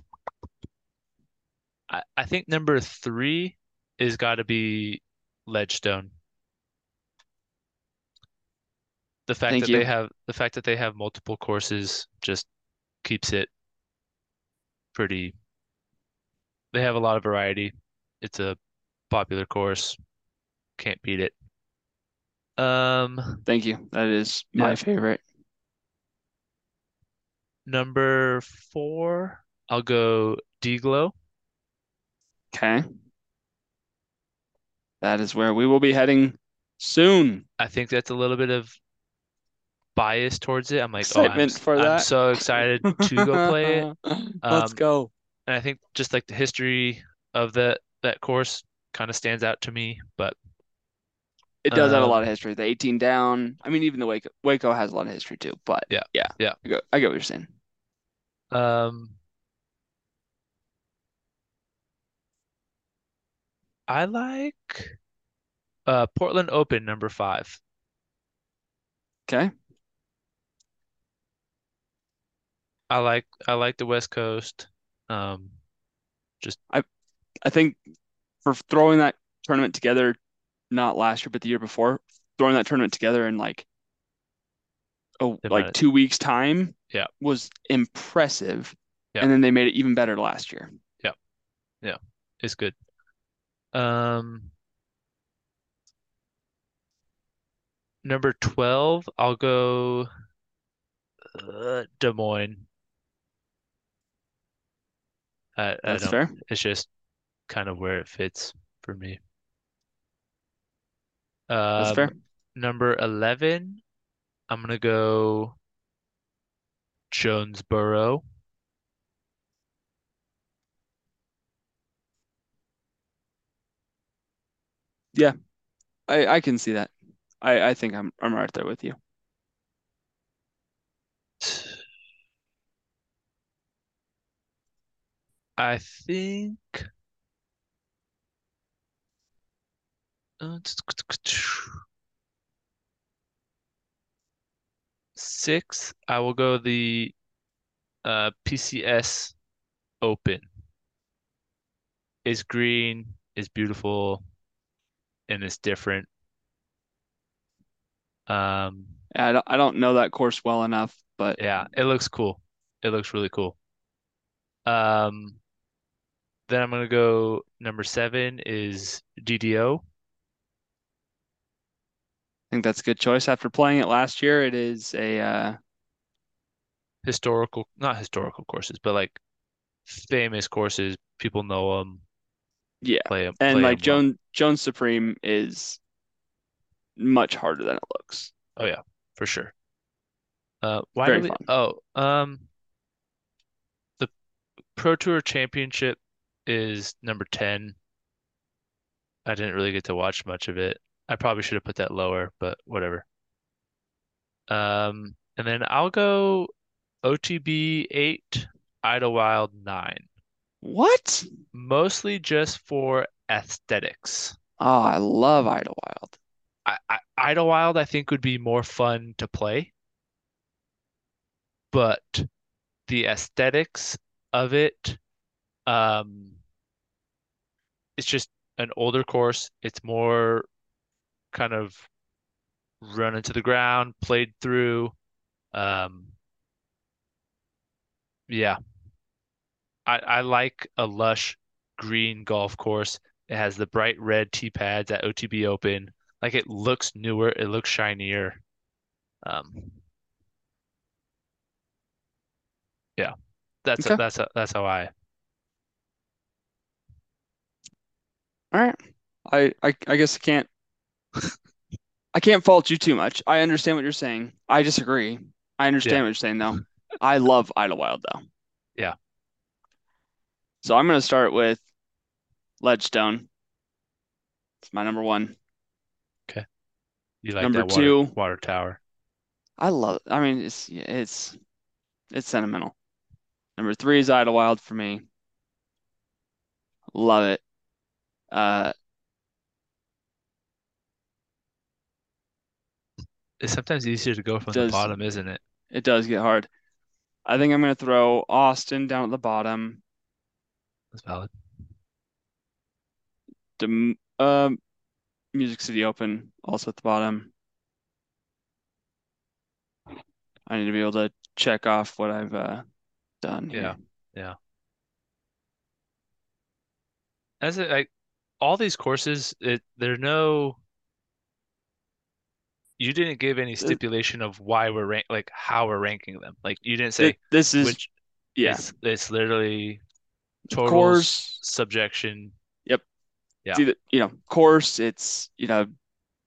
I, I think number three is got to be Ledgestone. The fact Thank that they you. have the fact that they have multiple courses just keeps it pretty. They have a lot of variety. It's a popular course. Can't beat it. Um, Thank you. That is my Yeah. favorite. number four, I'll go Deglo. Okay. That is where we will be heading soon. I think that's a little bit of bias towards it. I'm like, oh, I'm, Excitement s- for I'm that. so excited to go play (laughs) it. Let's Um, go. And I think just like the history of that that course kind of stands out to me. But It does have a um, lot of history. The 18 down. I mean, even the Waco Waco has a lot of history too. But Yeah, yeah, yeah. I get, I get what you're saying. um, I like uh Portland Open number five. Okay. I like I like the West Coast. Um, I think for throwing that tournament together, not last year but the year before, throwing that tournament together in like oh The amount like of- two weeks time Yeah. was impressive. Yeah. And then they made it even better last year. it's good. Um, number 12, I'll go uh, Des Moines. I, I That's don't, fair. it's just kind of where it fits for me. That's Um, fair. number 11, I'm gonna go Jonesboro. I, I can see that. I, I think I'm I'm right there with you. I think. Uh, sixth, I will go the uh, PCS Open. It's green, it's beautiful, and it's different. Um, I don't, I don't know that course well enough, but yeah, it looks cool. It looks really cool. Um, then I'm gonna go number seven is DDO. I think that's a good choice. After playing it last year, it is a uh, historical, not historical courses, but like famous courses. People know them, yeah. play them, And like Joan Jones Supreme is much harder than it looks. for sure. Uh, why Very do we? fun. Oh, um, the Pro Tour Championship is number ten. I didn't really get to watch much of it. I probably should have put that lower, but whatever. Um, and then I'll go OTB eight, Idlewild nine, What? mostly just for aesthetics. Oh, I love Idlewild. I, I Idlewild I think would be more fun to play, but the aesthetics of it, um, it's just an older course. It's more kind of run into the ground, played through. Um, yeah, I I like a lush green golf course. It has the bright red tee pads at OTB Open. Like it looks newer, it looks shinier. Um, yeah, that's Okay. that's that's how I. All right. I, I I guess I can't (laughs) I can't fault you too much. I understand what you're saying. I disagree. I understand Yeah. what you're saying though. I love Idlewild though. Yeah. So I'm gonna start with Ledgestone. It's my number one. You like Number that water, two. water tower. I love I mean it's it's it's sentimental. Number three is Idlewild for me. Love it. Uh It's sometimes easier to go from the Does- bottom, isn't it? It does get hard. I think I'm going to throw Austin down at the bottom. That's valid. Dem um, Music City Open also at the bottom. I need to be able to check off what I've uh, done. here. Yeah. As it like all these courses, it there are no. You didn't give any stipulation of why we're rank like how we're ranking them. Like you didn't say Th- this is which. yeah. It's it's literally totals, course. subjection, yeah. It's either, you know, course. It's you know,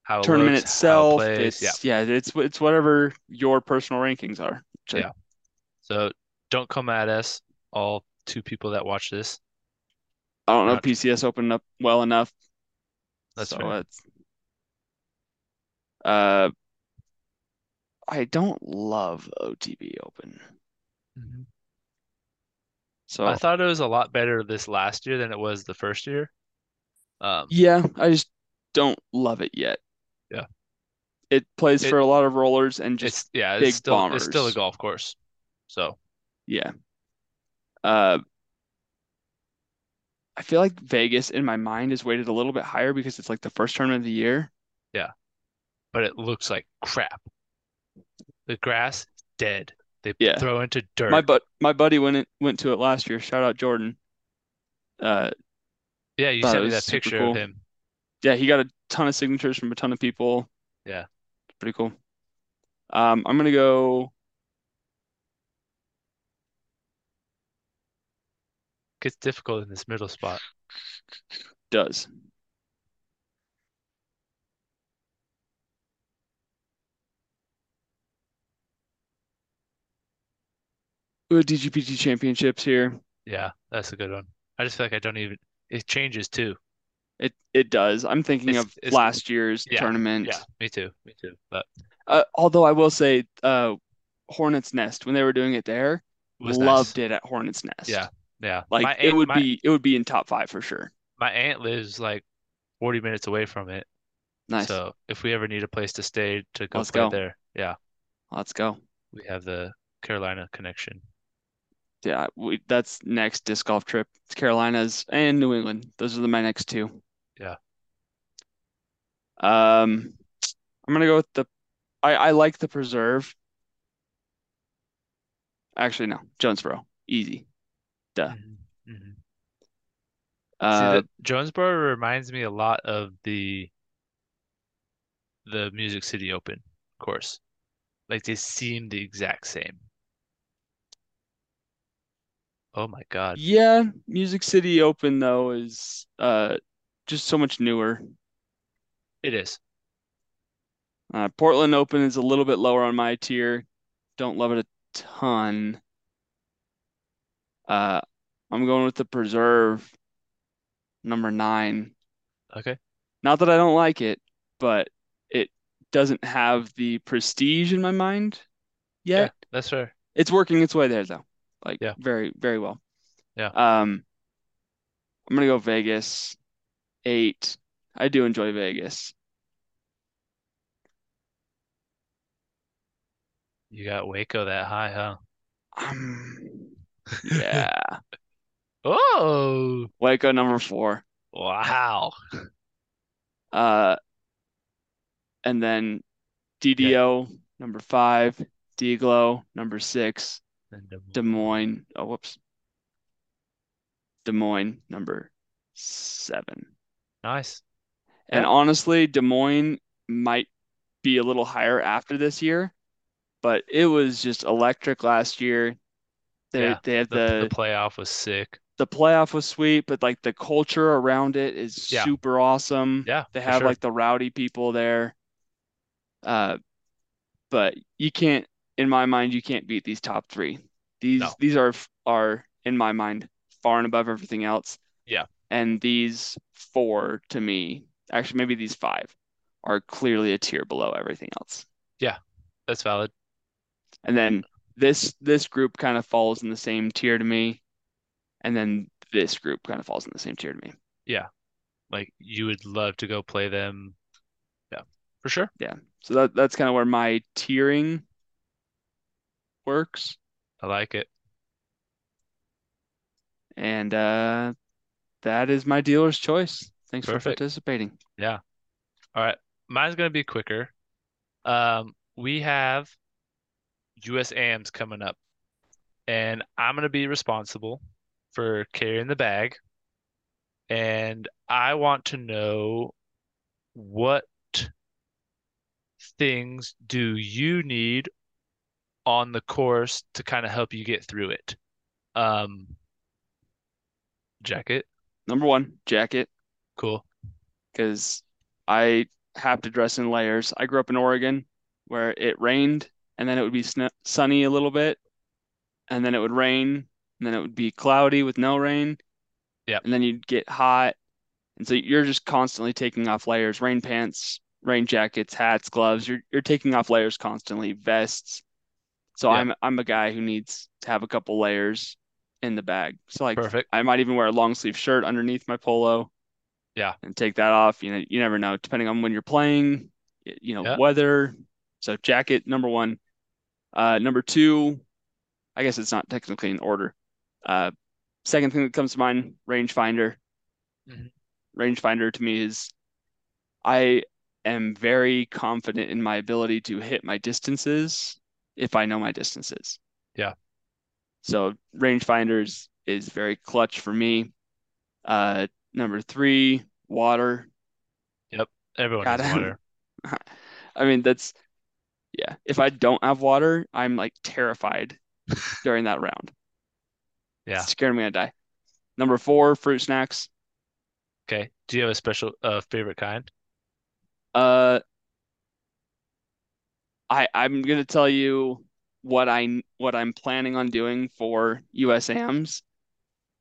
how it tournament looks, itself. how it plays. it's Yeah. yeah. It's it's whatever your personal rankings are. which I- Yeah. So don't come at us, all two people that watch this. I don't know Gotcha. if PCS opened up well enough. That's so fair. it's uh I don't love OTB open. So Mm-hmm. I thought it was a lot better this last year than it was the first year. Um, yeah, I just don't love it yet. Yeah. It plays It- for a lot of rollers and just it's yeah, big it's still it's still a bombers. golf course. So yeah. Uh I feel like Vegas in my mind is weighted a little bit higher because it's like the first tournament of the year. but it looks like crap. The grass is dead. They Yeah. throw into My dirt. but my buddy went it, went to it last year. Shout out Jordan. Uh Yeah, you thought sent it me was that super picture cool. of him. yeah, he got a ton of signatures from a ton of people. Yeah. Pretty cool. Um, I'm gonna go Gets difficult in this middle spot. does. Ooh, DGPT championships here. Yeah, that's a good one. I just feel like I don't even it changes too. It it does. I'm thinking It's- of it's- last year's yeah, tournament. Yeah, me too. Me too. But Uh, although I will say, uh, Hornets Nest when they were doing it there, it was loved nice. it at Hornets Nest. Yeah. Yeah. like my it aunt, would my, be it would be in top five for sure. my aunt lives like 40 minutes away from it. Nice. So if we ever need a place to stay to go Let's play go. there, yeah. Let's go. we have the Carolina connection. Yeah, we, that's next disc golf trip. It's Carolinas and New England. Those are the, my next two. Yeah. Um, I'm gonna go with the. I I like the preserve. Actually, no, Jonesboro, easy. Yeah. Mm-hmm. Uh, See, that Jonesboro reminds me a lot of the the Music City Open course. Like they seem the exact same. Oh my God. yeah, Music City Open though is uh just so much newer. It is. Uh, Portland Open is a little bit lower on my tier. Don't love it a ton. Uh, I'm going with the Preserve, number nine. Okay. Not that I don't like it, but it doesn't have the prestige in my mind yet. Yeah. That's fair. It's working its way there though. Like Yeah. very, very well. Yeah. Um, I'm gonna go Vegas, eight. I do enjoy Vegas. You got Waco that high, huh? (laughs) Um, yeah. Oh, Waco number four. wow. Uh, and then DDO number five, Deglo number six, And Des Moines. Oh, whoops. Des Moines number seven. Nice. And Yeah. honestly, Des Moines might be a little higher after this year, but it was just electric last year. They Yeah, they have The, the playoff was sick. the playoff was sweet, but like the culture around it is Yeah. super awesome. Yeah, They for have sure. like the rowdy people there. Uh, but you can't, in my mind, you can't beat these top three. These No. these are are in my mind far and above everything else. Yeah. And these four to me, actually maybe these five, are clearly a tier below everything else. That's valid. And then this this group kind of falls in the same tier to me. And then this group kind of falls in the same tier to me. Like you would love to go play them. Yeah, for sure. So that that's kind of where my tiering works. I like it. And uh, that is my dealer's choice. Thanks Perfect. for participating. Mine's gonna be quicker. Um, we have US AMs coming up, and I'm gonna be responsible for carrying the bag. And I want to know what things do you need on the course to kind of help you get through it? Um, jacket, Number one, jacket, cool. because I have to dress in layers. I grew up in Oregon where it rained and then it would be sn sunny a little bit, and then it would rain, and then it would be cloudy with no rain. Yep. And then you'd get hot. And so you're just constantly taking off layers, rain pants, rain jackets, hats, gloves. You're you're taking off layers constantly, vests. So Yeah. I'm I'm a guy who needs to have a couple layers in the bag. So like Perfect. I might even wear a long sleeve shirt underneath my polo. Yeah. And take that off. You know, you never know, depending on when you're playing, y- you know, Yeah. weather. So jacket number one. Uh, number two, I guess it's not technically in order. Uh, second thing that comes to mind, rangefinder. Mhm. Rangefinder to me is I am very confident in my ability to hit my distances if I know my distances. Yeah. So rangefinders is very clutch for me. Uh, number three, water. Everyone Got needs it. water. I mean, that's yeah. If I don't have water, I'm like (laughs) terrified during that round. Yeah. It's scared me to die. Number four, fruit snacks. Okay. Do you have a special uh favorite kind? Uh, I I'm gonna tell you what I what I'm planning on doing for USAMs,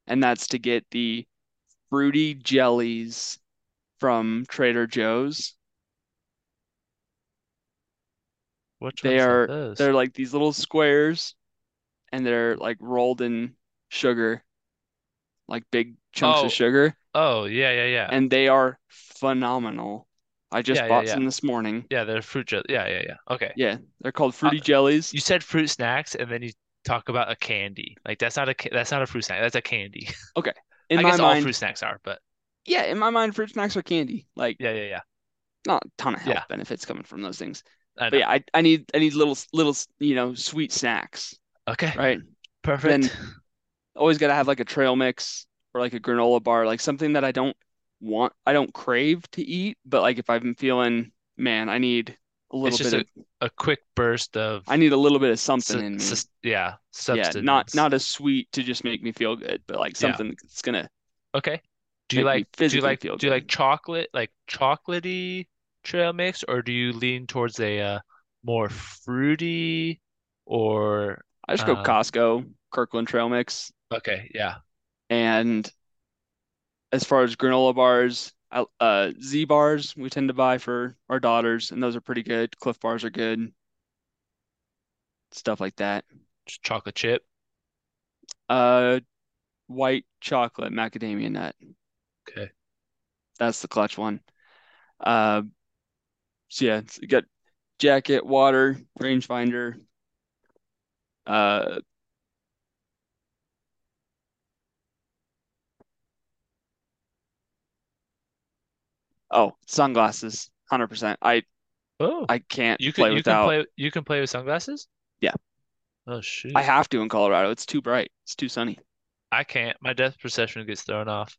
and that's to get the fruity jellies from Trader Joe's. Which They ones are- those? They're like these little squares, and they're like rolled in sugar, like big chunks Oh. of sugar, Oh, yeah, yeah, yeah. and they are phenomenal. I just Yeah, yeah, bought yeah. some this morning. Yeah, they're fruit jelly. Yeah, yeah, yeah. Okay. Yeah, they're called fruity jellies. Uh, You said fruit snacks, and then you talk about a candy. Like that's not a ca- that's not a fruit snack. That's a candy. In I my guess all mind, fruit snacks are, but yeah, in my mind, fruit snacks are candy. Like, yeah, yeah, yeah. not a ton of health Yeah. benefits coming from those things. I But know. yeah, I, I need I need little little you know sweet snacks, Okay, (clears throat) right? perfect. Always got to have like a trail mix or like a granola bar, like something that I don't want, I don't crave to eat, but like if I've been feeling, man, I need a little just bit of A quick burst of I need a little bit of su- something in me. sus- yeah, yeah, not substance. not a sweet to just make me feel good, but like Yeah. something that's gonna Okay. Do you make me like do you physically like feel do you good. like chocolate like chocolatey trail mix or do you lean towards a uh, more fruity or I just go uh, Costco, Kirkland trail mix. okay, yeah. And as far as granola bars, I- uh, Z bars we tend to buy for our daughters, and those are pretty good. Cliff bars are good, stuff like that. just Chocolate chip. Uh, white chocolate macadamia nut. Okay. That's the clutch one. Uh, so yeah, it's, you got jacket, water, rangefinder. Uh, oh, sunglasses, 100%. I Oh, I can't you play can you can without. play you can play with sunglasses? Yeah. Oh shoot. I have to in Colorado. It's too bright. It's too sunny. I can't. My depth perception gets thrown off.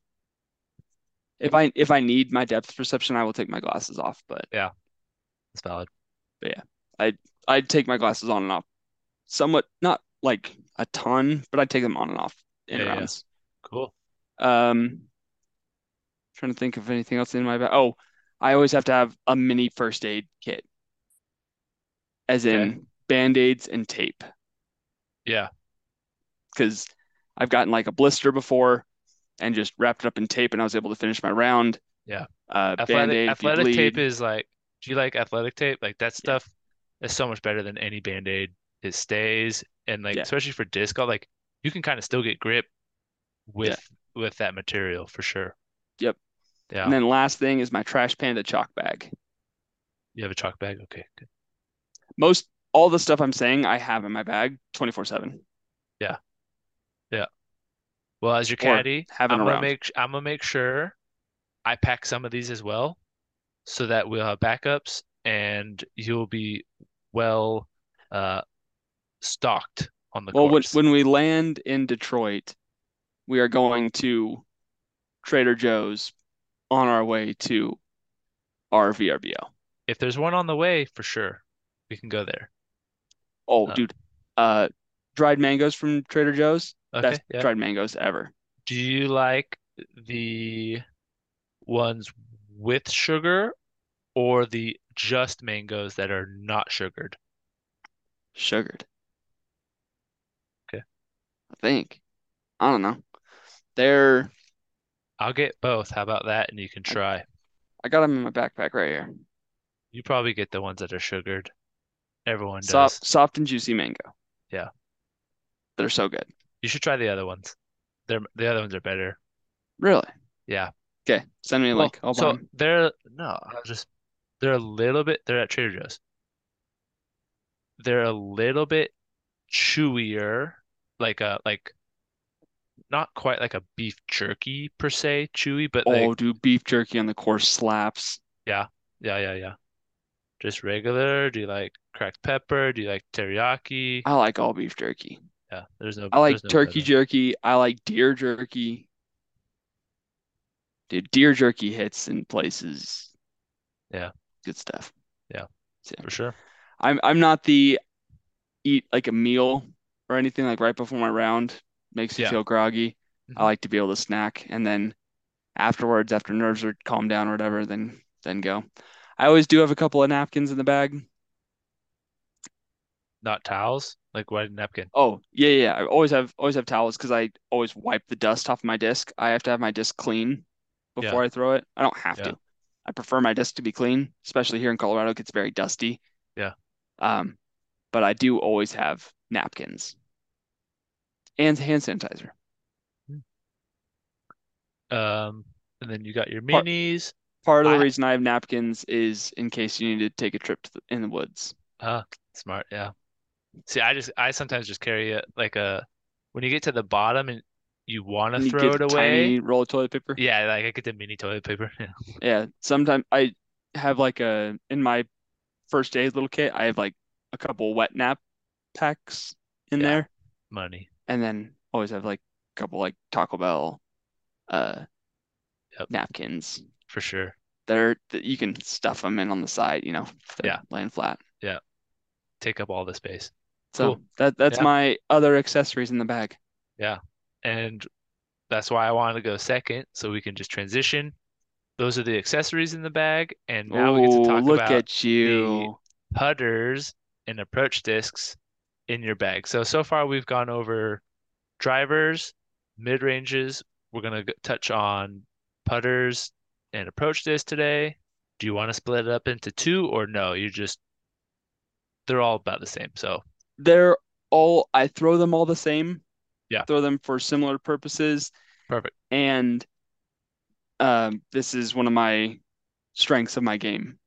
If I if I need my depth perception, I will take my glasses off, but That's valid. I take my glasses on and off somewhat, not like a ton, but I take them on and off in Yeah, yeah. rounds. Cool. Um, trying to think of anything else in my bag. Oh, I always have to have a mini first aid kit, as Okay. in band-aids and tape, Yeah. because I've gotten like a blister before and just wrapped it up in tape, and I was able to finish my round. Yeah. Uh, Athletic band-aid, if you athletic tape bleed. is like, do you like athletic tape? Like that Yeah. stuff is so much better than any Band-Aid. It stays and like Yeah. especially for disc golf, like you can kind of still get grip with with that material for sure. Yep. Yeah. And then last thing is my Trash Panda chalk bag. You have a chalk bag? Okay. good. most all the stuff I'm saying I have in my bag 24/7 Well, as your or caddy, having I'm gonna around. make I'm gonna make sure I pack some of these as well so that we'll have backups and you'll be well uh stocked on the well, when, course. when we land in Detroit, we are going to Trader Joe's on our way to our VRBO. If there's one on the way, for sure, we can go there. Oh, Uh, dude, uh, dried mangoes from Trader Joe's, Okay, best yeah. dried mangoes ever. Do you like the ones with sugar or the just mangoes that are not sugared? Sugared. Okay. I think. I don't know. They're I'll get both. How about that? And you can try. I got them in my backpack right here. You probably get the ones that are sugared. Everyone does. Soft, soft and juicy mango. Yeah. They're so good. You should try the other ones. They're the other ones are better. Really? Yeah. Okay, send me a Well, link. I'll buy so 'em. they're no, I was just they're a little bit they're at Trader Joe's. They're a little bit chewier, like a like not quite like a beef jerky per se, chewy, but like Oh, dude, beef jerky on the course slaps. yeah, yeah, yeah. Just regular. Do you like cracked pepper? Do you like teriyaki? I like all beef jerky. Yeah, there's no I like there's no turkey better. jerky. I like deer jerky. Dude, deer jerky hits in places. Yeah. Good stuff. Yeah. So, for sure. I'm I'm not the eat like a meal or anything like right before my round makes you Yeah. feel groggy. I Mhm. like to be able to snack and then afterwards, after nerves are calmed down or whatever, then then go. I always do have a couple of napkins in the bag. Not towels, like wet napkin. Oh, yeah, yeah. yeah. I always have always have towels because I always wipe the dust off my disc. I have to have my disc clean Yeah. before I throw it. I don't have Yeah. to. I prefer my disc to be clean, especially here in Colorado. It gets very dusty. Yeah. Um, but I do always have napkins and hand sanitizer. Um, and then you got your Part- minis. Part of the I- reason I have napkins is in case you need to take a trip to the, in the woods. Uh, smart, yeah. See, I just I sometimes just carry it like a when you get to the bottom and you want to And you throw get it the away. Tiny roll of toilet paper. Yeah, like I get the mini toilet paper. (laughs) Yeah. Yeah, sometimes I have like a in my first aid little kit, I have like a couple wet nap packs in Yeah. there, Money. and then always have like a couple like Taco Bell uh Yep. napkins. For sure. They're that you can stuff them in on the side, you know, if they're Yeah. laying flat. Take up all the space. So Cool. that that's Yeah. my other accessories in the bag. And that's why I wanted to go second, so we can just transition. Those are the accessories in the bag, and now we get Ooh, to talk look about at you. putters and approach discs in your bag. So so far we've gone over drivers, mid ranges. We're gonna g- touch on putters and approach discs today. Do you want to split it up into two or no? You just they're all about the same. So They're all I throw them all the same. Yeah. Throw them for similar purposes. perfect. and um, this is one of my strengths of my game.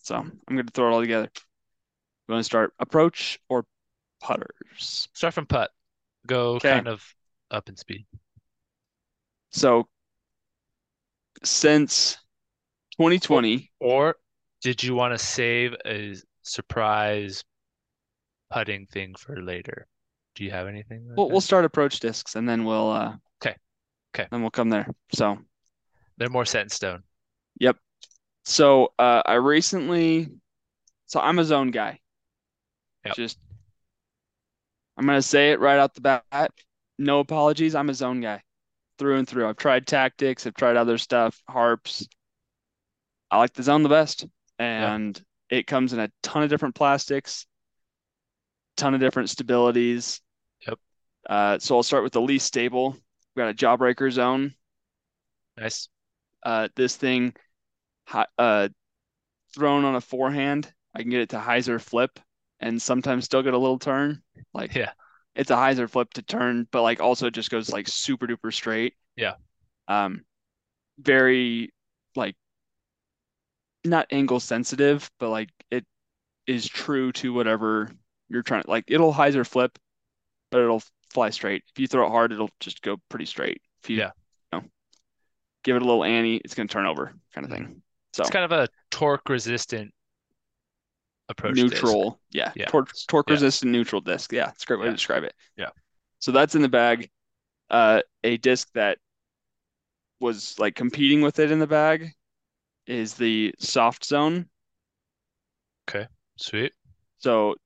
So I'm going to throw it all together. You want to start approach or putters? Start from putt. Go Okay. kind of up in speed. So since 2020, Or did you want to save a surprise putting thing for later? Do you have anything? like we'll, that? we'll start approach discs and then we'll uh, 'Kay. 'Kay. then we'll come there. So They're more set in stone. So uh, I recently, so I'm a zone guy. Yep. Just, I'm gonna say it right out the bat. No apologies. I'm a zone guy, through and through. I've tried tactics. I've tried other stuff, harps. I like the zone the best, and it comes in a ton of different plastics, ton of different stabilities. Yep. Uh, so I'll start with the least stable. We got a jawbreaker zone Nice. uh, this thing hi- uh, thrown on a forehand. I can get it to hyzer flip and sometimes still get a little turn. Like Yeah. it's a hyzer flip to turn, but like also it just goes like super duper straight. Yeah. Um, very like not angle sensitive, but like it is true to whatever you're trying to like. It'll hyzer flip, but it'll fly straight. If you throw it hard, it'll just go pretty straight. If you, Yeah. you know, give it a little Annie, it's gonna turn over kind of thing. So It's kind of a torque resistant approach to this. neutral. Yeah. Yeah. Torque torque Yeah. resistant neutral disc. Yeah, it's a great way Yeah. to describe it. Yeah. So that's in the bag. Uh a disc that was like competing with it in the bag is the soft zone. Sweet. So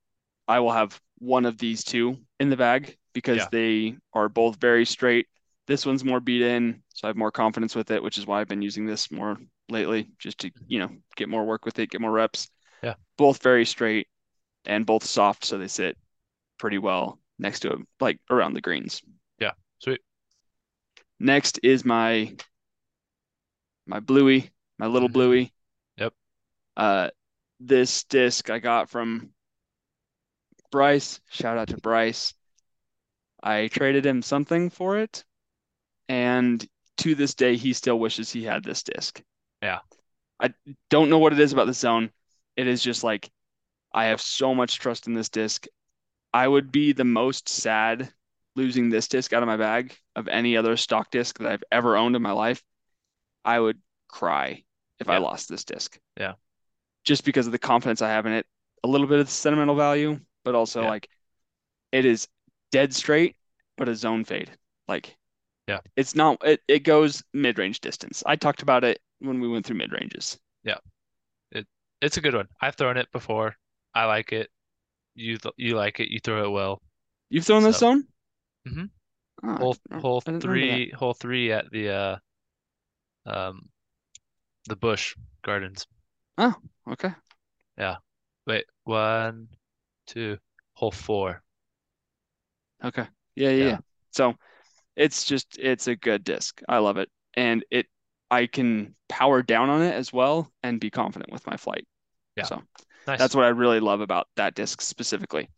I will have one of these two in the bag because Yeah. they are both very straight. This one's more beat in, so I have more confidence with it, which is why I've been using this more lately, just to, you know, get more work with it, get more reps. Mm-hmm. Yeah. Both very straight and both soft, so they sit pretty well next to it, like around the greens. Yeah, sweet. Next is my my bluey, my little Mhm. bluey. Yep. Uh this disc I got from Bryce. Shout out to Bryce. I traded him something for it, and to this day, he still wishes he had this disc. Yeah. I don't know what it is about the zone. It is just like I have so much trust in this disc. I would be the most sad losing this disc out of my bag of any other stock disc that I've ever owned in my life. I would cry if I Yeah. lost this disc. Yeah. Just because of the confidence I have in it, a little bit of sentimental value, but also Yeah. like it is dead straight, but a zone fade. Like, Yeah. it's not, it, it goes mid range distance. I talked about it when we went through mid ranges. It's a good one. I've thrown it before. I like it. You th you like it. You throw it well. You've thrown this So- zone? Mhm. Ah, Hole I hole didn't remember that. three hole three at the uh um the Bush Gardens. Okay. Wait, one, two, hole four. Okay. Yeah, yeah, Yeah. yeah. So it's just it's a good disc. I love it. And it I can power down on it as well and be confident with my flight. Yeah. So Nice. that's what I really love about that disc specifically.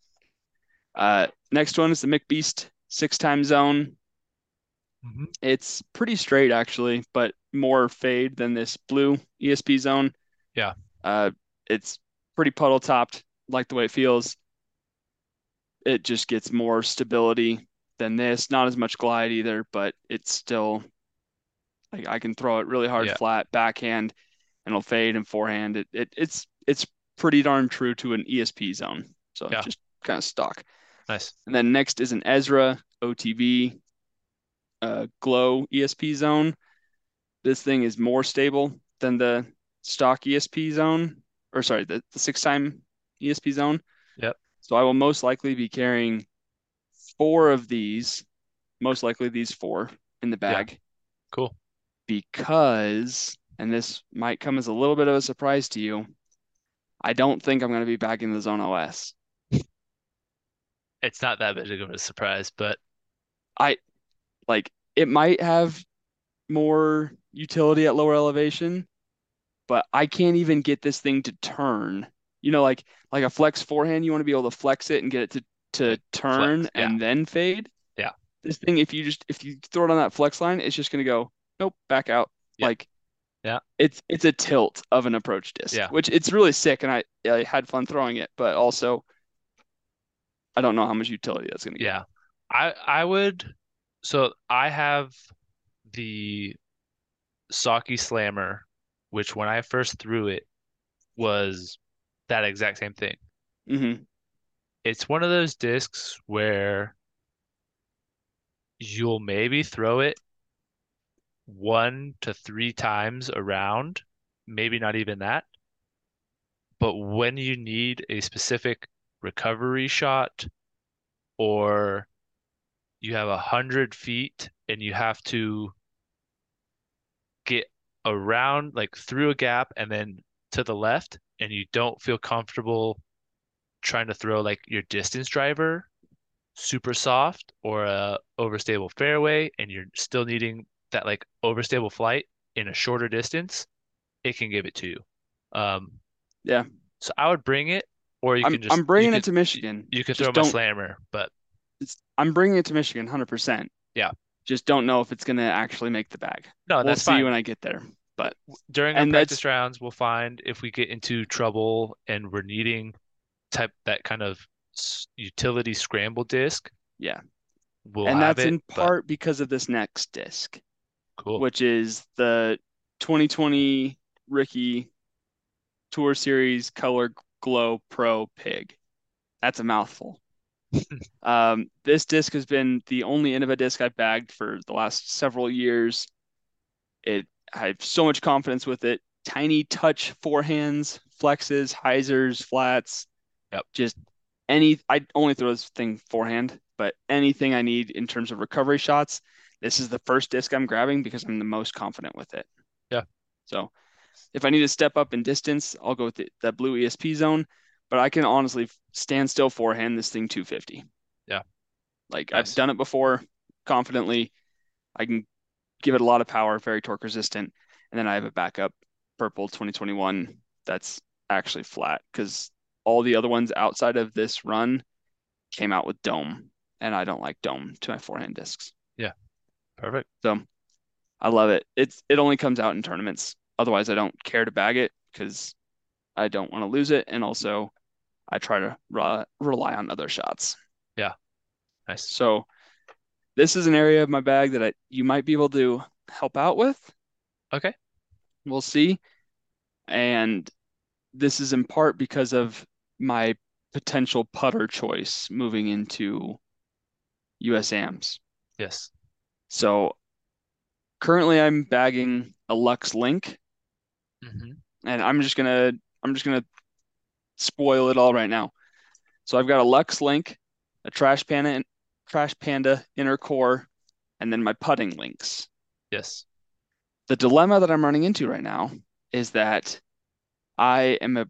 Uh next one is the McBeast six time zone. Mhm. It's pretty straight actually, but more fade than this blue ESP zone. Yeah. Uh, it's pretty puddle topped. Like the way it feels. It just gets more stability than this. Not as much glide either, but it's still. I, I can throw it really hard Yeah. flat backhand, and it'll fade and forehand. It, it it's it's pretty darn true to an ESP zone. So Yeah. just kind of stock. Nice. And then next is an Ezra OTV uh, Glow ESP zone. This thing is more stable than the stock ESP zone, or sorry, the, the six time ESP zone. Yep. So I will most likely be carrying four of these, most likely these four in the bag Cool. because, and this might come as a little bit of a surprise to you, I don't think I'm going to be back in the zone OS. It's not that big of a surprise, but like it might have more utility at lower elevation, but I can't even get this thing to turn. You know, like like a flex forehand, you want to be able to flex it and get it to to turn yeah. and then fade. Yeah. This thing, if you just if you throw it on that flex line, it's just gonna go nope back out. Yeah. Like, Yeah. it's it's a tilt of an approach disc, Yeah. which it's really sick, and I I had fun throwing it, but also I don't know how much utility that's gonna get. yeah. I I would so I have the Saki Slammer, which when I first threw it was that exact same thing. Mm-hmm. It's one of those discs where you'll maybe throw it one to three times around, maybe not even that. But when you need a specific recovery shot, or you have a hundred feet and you have to get around, like through a gap and then to the left, and you don't feel comfortable trying to throw like your distance driver super soft or a overstable fairway and you're still needing that like overstable flight in a shorter distance, it can give it to you. Um, Yeah. So I would bring it, or you I'm can just I'm you bringing could- it to Michigan. you could Just throw my don't- slammer, but it's I'm bringing it to Michigan 100%. Yeah. Just don't know if it's going to actually make the bag. no, we'll that's see fine. when I get there. But During our and practice rounds, we'll find if we get into trouble and we're needing type that kind of s- utility scramble disc. Yeah. We'll and have that's it, in but part because of this next disc, cool. which is the 2020 Ricky Tour Series Color Glow Pro Pig. That's a mouthful. um, this disc has been the only Innova disc I've bagged for the last several years. It I have so much confidence with it. Tiny touch forehands, flexes, hyzers, flats. Yep. Just any I only throw this thing forehand, but anything I need in terms of recovery shots, this is the first disc I'm grabbing because I'm the most confident with it. Yeah. So if I need to step up in distance, I'll go with the, the blue ESP zone but I can honestly stand still forehand this thing 250. Yeah. Like Nice. I've done it before confidently. I can give it a lot of power, very torque resistant. And then I have a backup purple 2021 that's actually flat because all the other ones outside of this run came out with dome. And I don't like dome to my forehand discs. Perfect. So I love it. It's it only comes out in tournaments. Otherwise, I don't care to bag it because I don't want to lose it, and also I try to re- rely on other shots. Nice. So this is an area of my bag that I you might be able to help out with. Okay. We'll see. And this is in part because of my potential putter choice moving into USAMs. Yes. So currently I'm bagging a Lux Link hmm and I'm just gonna I'm just gonna spoil it all right now. So I've got a Lux Link, a Trash Panda Trash Panda inner core, and then my putting links Yes. the dilemma that I'm running into right now is that I am a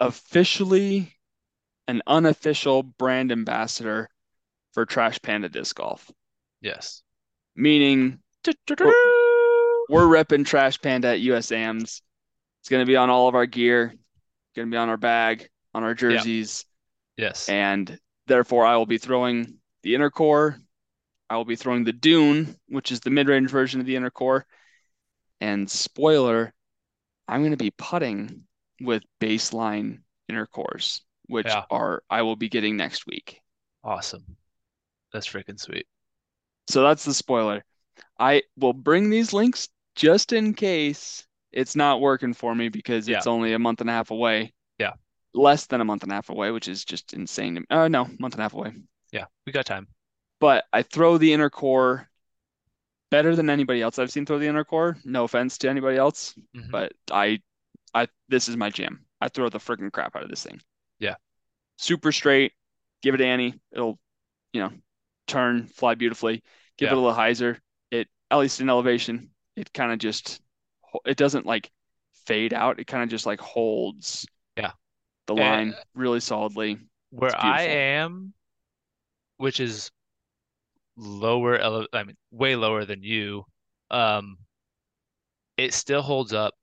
officially an unofficial brand ambassador for Trash Panda Disc Golf, Yes. meaning we're repping Trash Panda at USAMs. It's going to be on all of our gear, going to be on our bag, on our jerseys, Yes. and therefore I will be throwing the inner core. I will be throwing the Dune, which is the mid-range version of the inner core, And spoiler, I'm going to be putting with baseline intercourse, which Yeah. are I will be getting next week. Awesome. That's freaking sweet. So that's the spoiler. I will bring these links just in case it's not working for me because it's only a month and a half away. Yeah. Less than a month and a half away, which is just insane. To me. Oh, no, month and a half away. Yeah, we got time. But I throw the inner core better than anybody else I've seen throw the inner core. No offense to anybody else, Mhm. but I, I this is my jam. I throw the freaking crap out of this thing. Yeah. Super straight. Give it to Annie. It'll, you know, turn, fly beautifully. Give Yeah. it a little hyzer. It at least in elevation, it kind of just, ho- it doesn't like fade out. It kind of just like holds. Yeah. The Eh. line really solidly. Where It's I beautiful. am, which is lower, ele I mean, way lower than you, um, it still holds up.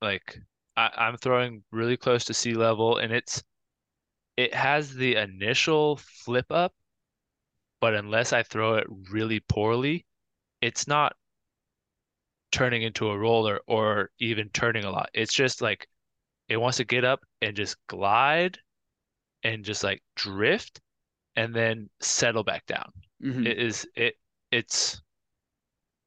Like I, I'm throwing really close to sea level, and it's it has the initial flip up, but unless I throw it really poorly, it's not turning into a roller or even turning a lot. It's just like it wants to get up and just glide and just like drift and then settle back down. Mhm. It is it it's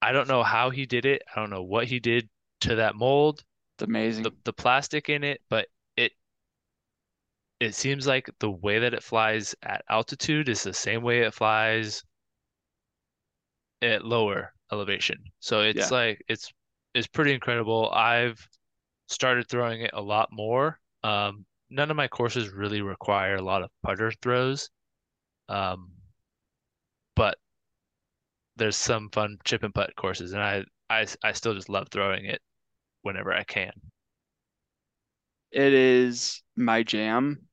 I don't know how he did it. I don't know what he did to that mold, It's amazing. the the plastic in it, but it it seems like the way that it flies at altitude is the same way it flies at lower elevation. So it's like it's it's pretty incredible. I've started throwing it a lot more. Um, none of my courses really require a lot of putter throws. Um, but there's some fun chip and putt courses, and I, I I still just love throwing it whenever I can. it is my jam.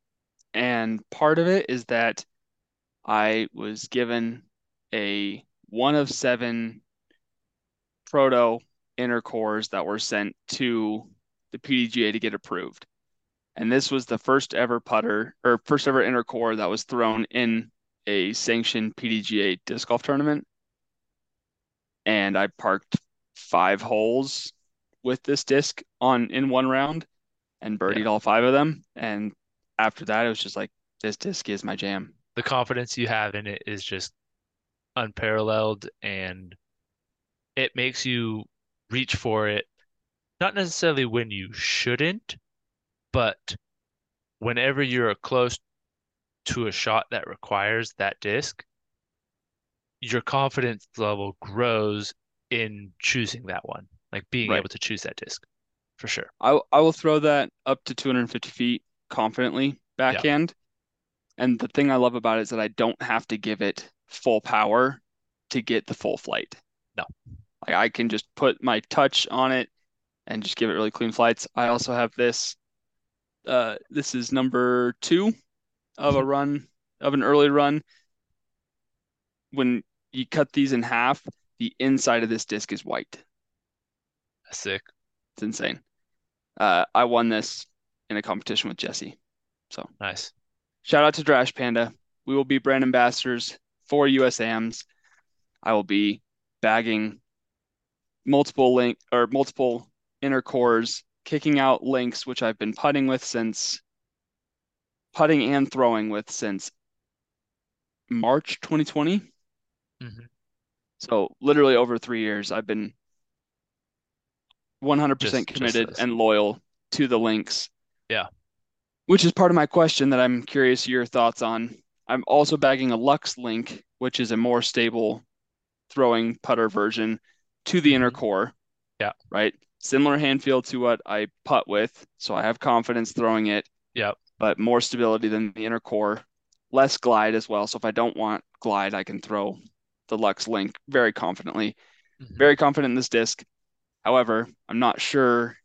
And part of it is that I was given a one of seven proto inner cores that were sent to the PDGA to get approved. And this was the first ever putter or first ever inner core that was thrown in a sanctioned PDGA disc golf tournament. And I parked five holes with this disc on in one round and birdied all five of them. And after that, it was just like, this disc is my jam. The confidence you have in it is just unparalleled, and it makes you reach for it, not necessarily when you shouldn't, but whenever you're close to a shot that requires that disc, your confidence level grows in choosing that one, like being Right. able to choose that disc for sure. I I will throw that up to 250 feet confidently backhand. And the thing I love about it is that I don't have to give it full power to get the full flight. No. Like I can just put my touch on it and just give it really clean flights. I also have this uh this is number 2 of a run of an early run when you cut these in half, the inside of this disc is white. Sick. It's insane. Uh, I won this in a competition with Jesse. Nice. Shout out to Drash Panda. We will be brand ambassadors for USAMs. I will be bagging multiple link or multiple inner cores, kicking out links, which I've been putting with since putting and throwing with since March 2020. Mhm. So literally over three years, I've been 100% Just- just committed those. and loyal to the links. Yeah. Which is part of my question that I'm curious your thoughts on. I'm also bagging a Lux Link, which is a more stable throwing putter version to the inner Mhm. core. Yeah. Right? Similar hand feel to what I putt with, so I have confidence throwing it. Yep. But more stability than the inner core, less glide as well. So if I don't want glide, I can throw the Lux Link very confidently. Mhm. Very confident in this disc. However, I'm not sure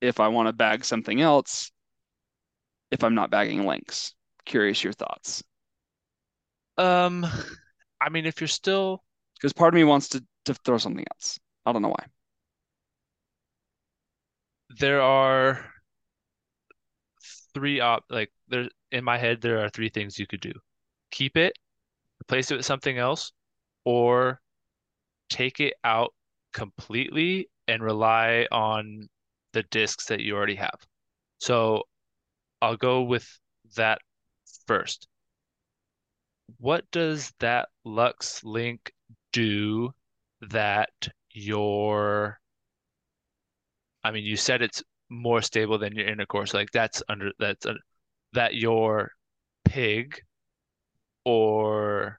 if I want to bag something else if I'm not bagging links. Curious your thoughts. Um, I mean, if you're still, Because part of me wants to, to throw something else. I don't know why. there are three op like there in my head there are three things you could do. Keep it, replace it with something else, or take it out completely and rely on the discs that you already have. So I'll go with that first. What does that Lux Link do that your I mean, you said it's more stable than your intercourse. Like that's under that's un- that your pig or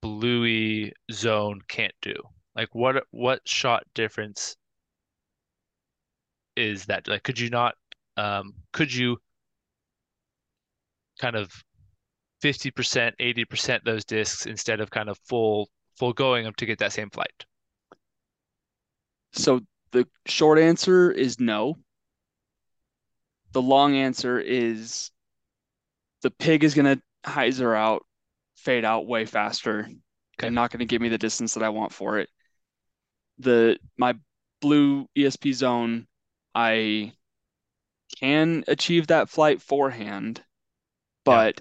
bluey zone can't do. Like what what shot difference is that? Like could you not um could you kind of 50%, 80% those discs instead of kind of full full going them to get that same flight? So the short answer is no. The long answer is the pig is going to hyzer out, fade out way faster, Okay. and not going to give me the distance that I want for it. The my blue ESP zone, I can achieve that flight forehand, but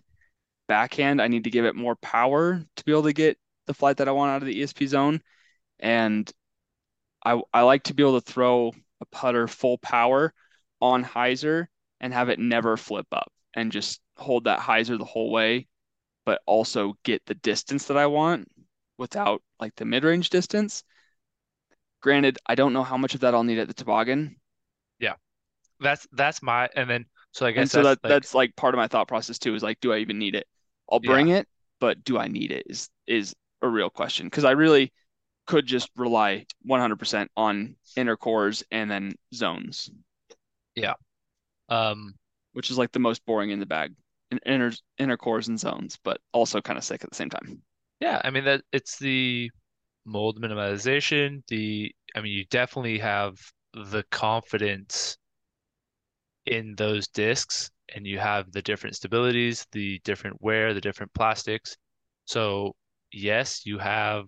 backhand I need to give it more power to be able to get the flight that I want out of the ESP zone, and I I like to be able to throw a putter full power on hyzer and have it never flip up and just hold that hyzer the whole way, but also get the distance that I want without like the mid range distance. Granted, I don't know how much of that I'll need at the toboggan. That's that's my and then so I And guess so that that's like, that's like part of my thought process too is like, do I even need it? I'll Yeah. bring it, but do I need it is is a real question because I really could just rely 100% on inner cores and then zones, um which is like the most boring in the bag. In- Inner inner cores and zones, but also kind of sick at the same time. Yeah, I mean that it's the mold minimization, the I mean you definitely have the confidence in those discs and you have the different stabilities, the different wear, the different plastics. So yes, you have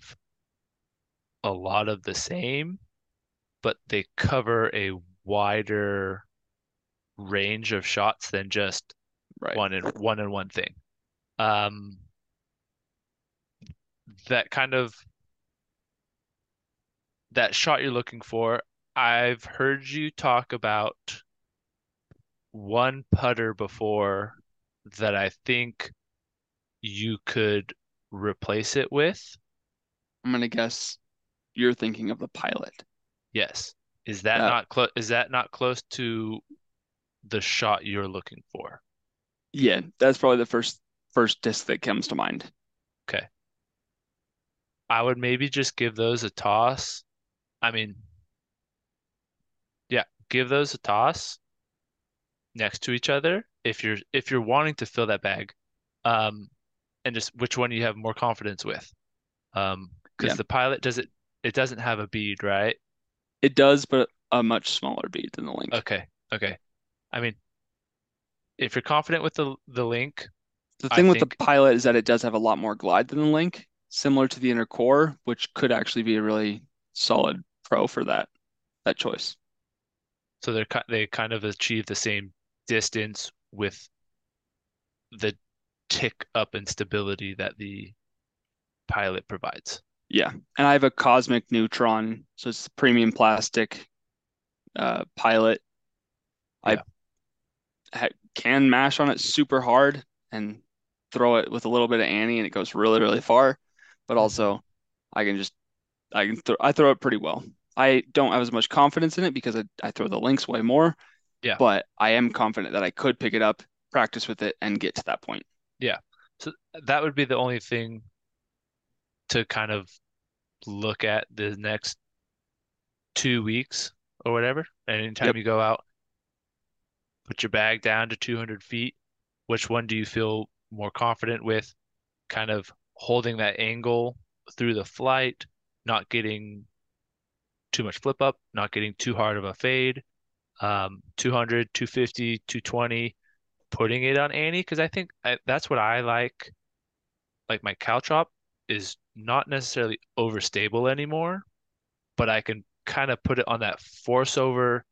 a lot of the same, but they cover a wider range of shots than just Right. one and one and one thing. Um, that kind of that shot you're looking for. I've heard you talk about one putter before that I think you could replace it with. I'm gonna guess you're thinking of the pilot. Yes. Is that Uh, not close? Is that not close to the shot you're looking for? Yeah, that's probably the first first disc that comes to mind. I would maybe just give those a toss. I mean, yeah, give those a toss next to each other if you're if you're wanting to fill that bag, um, and just which one you have more confidence with, um, because Yeah. the pilot doesn't it doesn't have a bead, right? It does, but a much smaller bead than the link. Okay, okay. I mean, if you're confident with the the link, The I thing with the think- pilot is that it does have a lot more glide than the Link, similar to the inner core, which could actually be a really solid pro for that that choice. so they're ki- they kind of achieve the same distance with the tick up and stability that the pilot provides. Yeah, and I have a Cosmic Neutron, so it's the premium plastic uh, pilot. I Yeah. ha can mash on it super hard and throw it with a little bit of Annie, and it goes really, really far. But also, I can just I can throw I throw it pretty well. I don't have as much confidence in it because I, I throw the links way more. Yeah. But I am confident that I could pick it up, practice with it, and get to that point. So that would be the only thing to kind of look at the next two weeks or whatever. And anytime Yep. you go out, put your bag down to 200 feet. Which one do you feel more confident with? Kind of holding that angle through the flight, not getting too much flip up, not getting too hard of a fade. Um, 200, 250, 220, putting it on Annie because I think I, that's what I like. like my cow chop is not necessarily overstable anymore, but I can kind of put it on that force over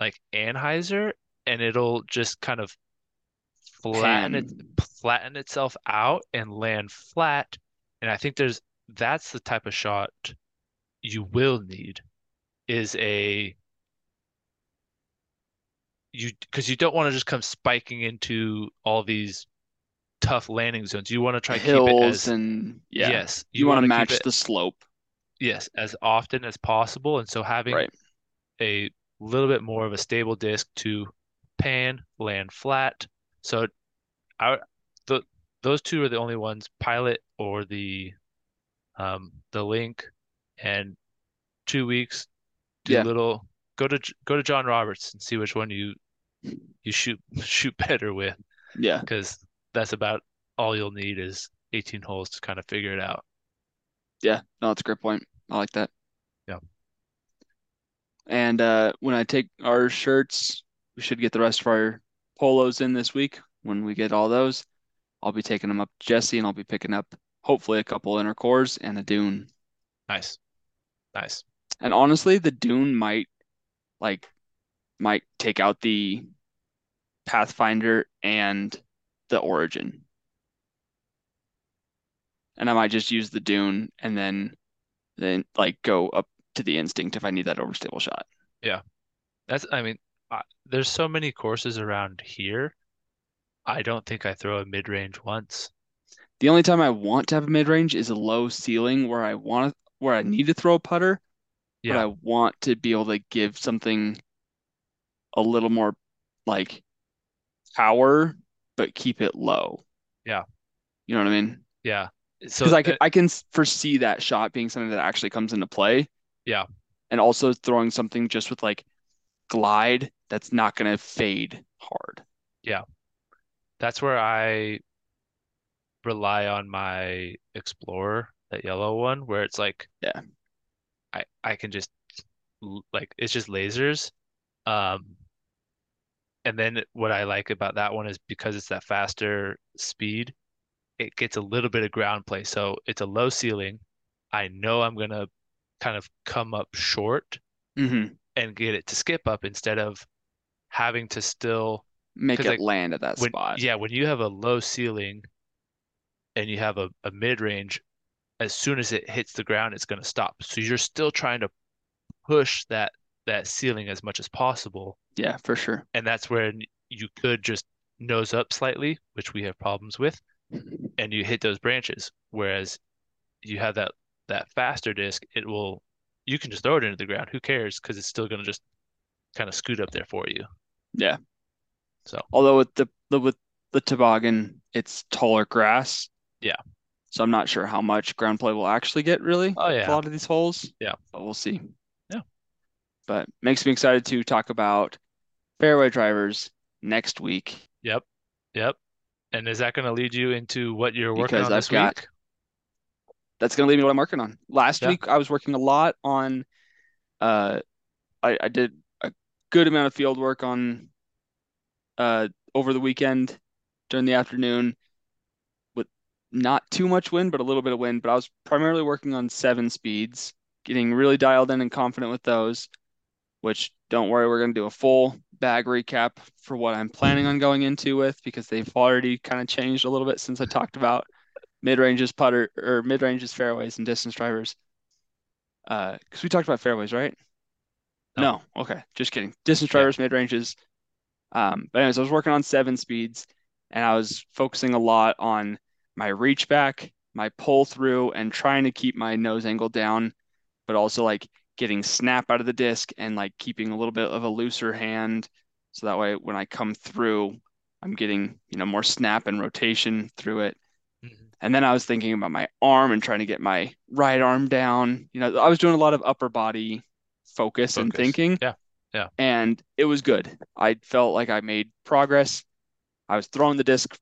like Anheuser and it'll just kind of flatten it, Pan. flatten itself out and land flat. And I think there's that's the type of shot you will need is a you because you don't want to just come spiking into all these tough landing zones. You want to try to keep it hills as and yeah. yes, You, want to wanna keep match it- the slope. yes as often as possible, and so having Right. a little bit more of a stable disc to pan land flat. So, I the those two are the only ones: pilot or the um the link, and two weeks. Do Yeah. little go to J- go to John Roberts and see which one you you shoot (laughs) shoot better with Yeah. because that's about all you'll need is 18 holes to kind of figure it out. Yeah. No, that's a great point. I like that. Yeah. And uh, when I take our shirts, we should get the rest of our polos in this week. When we get all those, I'll be taking them up to Jesse and I'll be picking up hopefully a couple inner cores and a dune. Nice, nice. And honestly, the Dune might like might take out the Pathfinder and the Origin. And I might just use the Dune and then then like go up to the Instinct if I need that overstable shot. That's, I mean, I, there's so many courses around here. I don't think I throw a mid range once. The only time I want to have a mid range is a low ceiling where I want where I need to throw a putter, but Yeah. I want to be able to give something a little more like power, but keep it low. Yeah. You know what I mean? Yeah. So Because I can that- I can s- foresee that shot being something that actually comes into play. Yeah. And also throwing something just with like glide that's not gonna fade hard. that's where I rely on my Explorer, that yellow one, where it's like, Yeah. I I can just l- like it's just lasers. Um, and then what I like about that one is because it's that faster speed, it gets a little bit of ground play. So it's a low ceiling. I know I'm gonna kind of come up short hmm and get it to skip up instead of having to still Make 'Cause, it like, land at that when spot. yeah when you have a low ceiling and you have a, a mid-range as soon as it hits the ground it's going to stop so you're still trying to push that that ceiling as much as possible Yeah, for sure. and that's where n- you could just nose up slightly which we have problems with and you hit those branches whereas you have that that faster disc it will you can just throw it into the ground who cares because it's still going to just kind of scoot up there for you Yeah. so Although with the, the with the toboggan, it's taller grass. Yeah. So I'm not sure how much ground play we'll actually get really oh with a yeah lot of these holes. Yeah. But we'll see. Yeah. But makes me excited to talk about fairway drivers next week. Yep. Yep. And is that going to lead you into what you're working Because on I've this got- week? that's gonna leave me what I'm working on. Last Yeah. week I was working a lot on uh I, I did a good amount of field work on uh over the weekend during the afternoon with not too much wind, but a little bit of wind. But I was primarily working on seven speeds, getting really dialed in and confident with those, which don't worry, we're gonna do a full bag recap for what I'm planning on going into with because they've already kind of changed a little bit since I talked about mid ranges putter or mid ranges fairways and distance drivers. Uh, because we talked about fairways, right? No. No. Okay, just kidding. Distance Yeah. drivers, mid ranges. Um, but anyways, I was working on seven speeds, and I was focusing a lot on my reach back, my pull through, and trying to keep my nose angle down, but also like getting snap out of the disc and like keeping a little bit of a looser hand, so that way when I come through, I'm getting you know more snap and rotation through it. Mm-hmm. And then I was thinking about my arm and trying to get my right arm down. You know, I was doing a lot of upper body focus, and Focus. thinking. Yeah, yeah. And it was good. I felt like I made progress. I was throwing the disc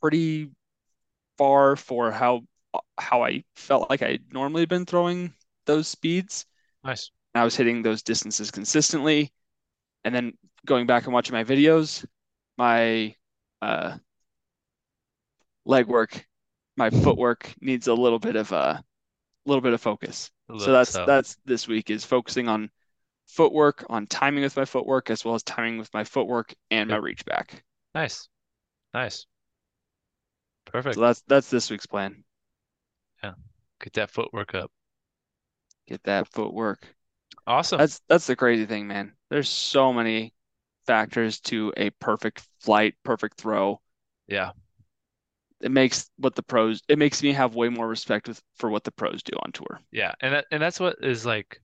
pretty far for how how I felt like I normally had been throwing those speeds. Nice. And I was hitting those distances consistently. And then going back and watching my videos, my uh, leg work, my footwork needs a little bit of a little bit of focus. So that's that's this week is focusing on footwork, on timing with my footwork, as well as timing with my footwork and my Yep. reach back. nice. Nice. Perfect. So that's that's this week's plan. Get that footwork up. Get that footwork. (laughs) Awesome. That's that's the crazy thing, man. There's so many factors to a perfect flight, perfect throw. Yeah. It makes what the pros it makes me have way more respect with for what the pros do on tour. Yeah, and that, and that's what is like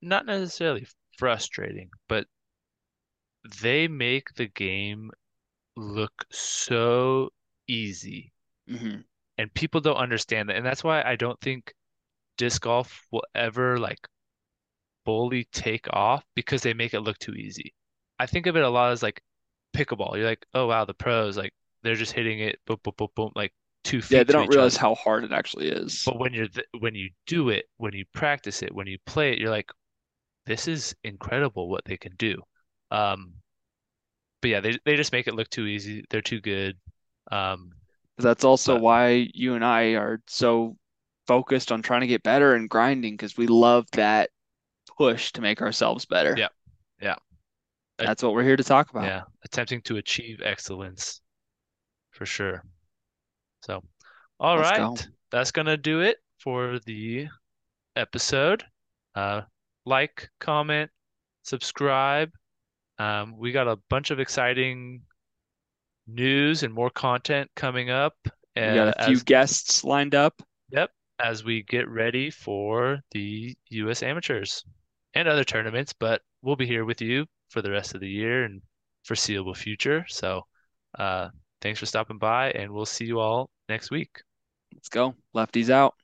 not necessarily frustrating, but they make the game look so easy Mm-hmm. and people don't understand that. And that's why I don't think disc golf will ever like fully take off because they make it look too easy. I think of it a lot as like pickleball. You're like, "Oh wow, the pros like they're just hitting it boom boom boom boom like 2 feet Yeah, they to don't each other." realize how hard it actually is. But when you're th when you do it, when you practice it, when you play it, you're like, this is incredible what they can do. Um, but yeah, they they just make it look too easy. They're too good. Um, That's also But- why you and I are so focused on trying to get better and grinding because we love that push to make ourselves better. Yeah, yeah. I- That's what we're here to talk about. yeah, attempting to achieve excellence for sure. So, all Let's right, go. that's gonna do it for the episode. Uh, like, comment, subscribe. Um, we got a bunch of exciting news and more content coming up. We got uh, a few as- guests lined up. as we get ready for the U.S. amateurs and other tournaments, but we'll be here with you for the rest of the year and foreseeable future. So, uh, thanks for stopping by, and we'll see you all next week. Let's go. Lefty's out.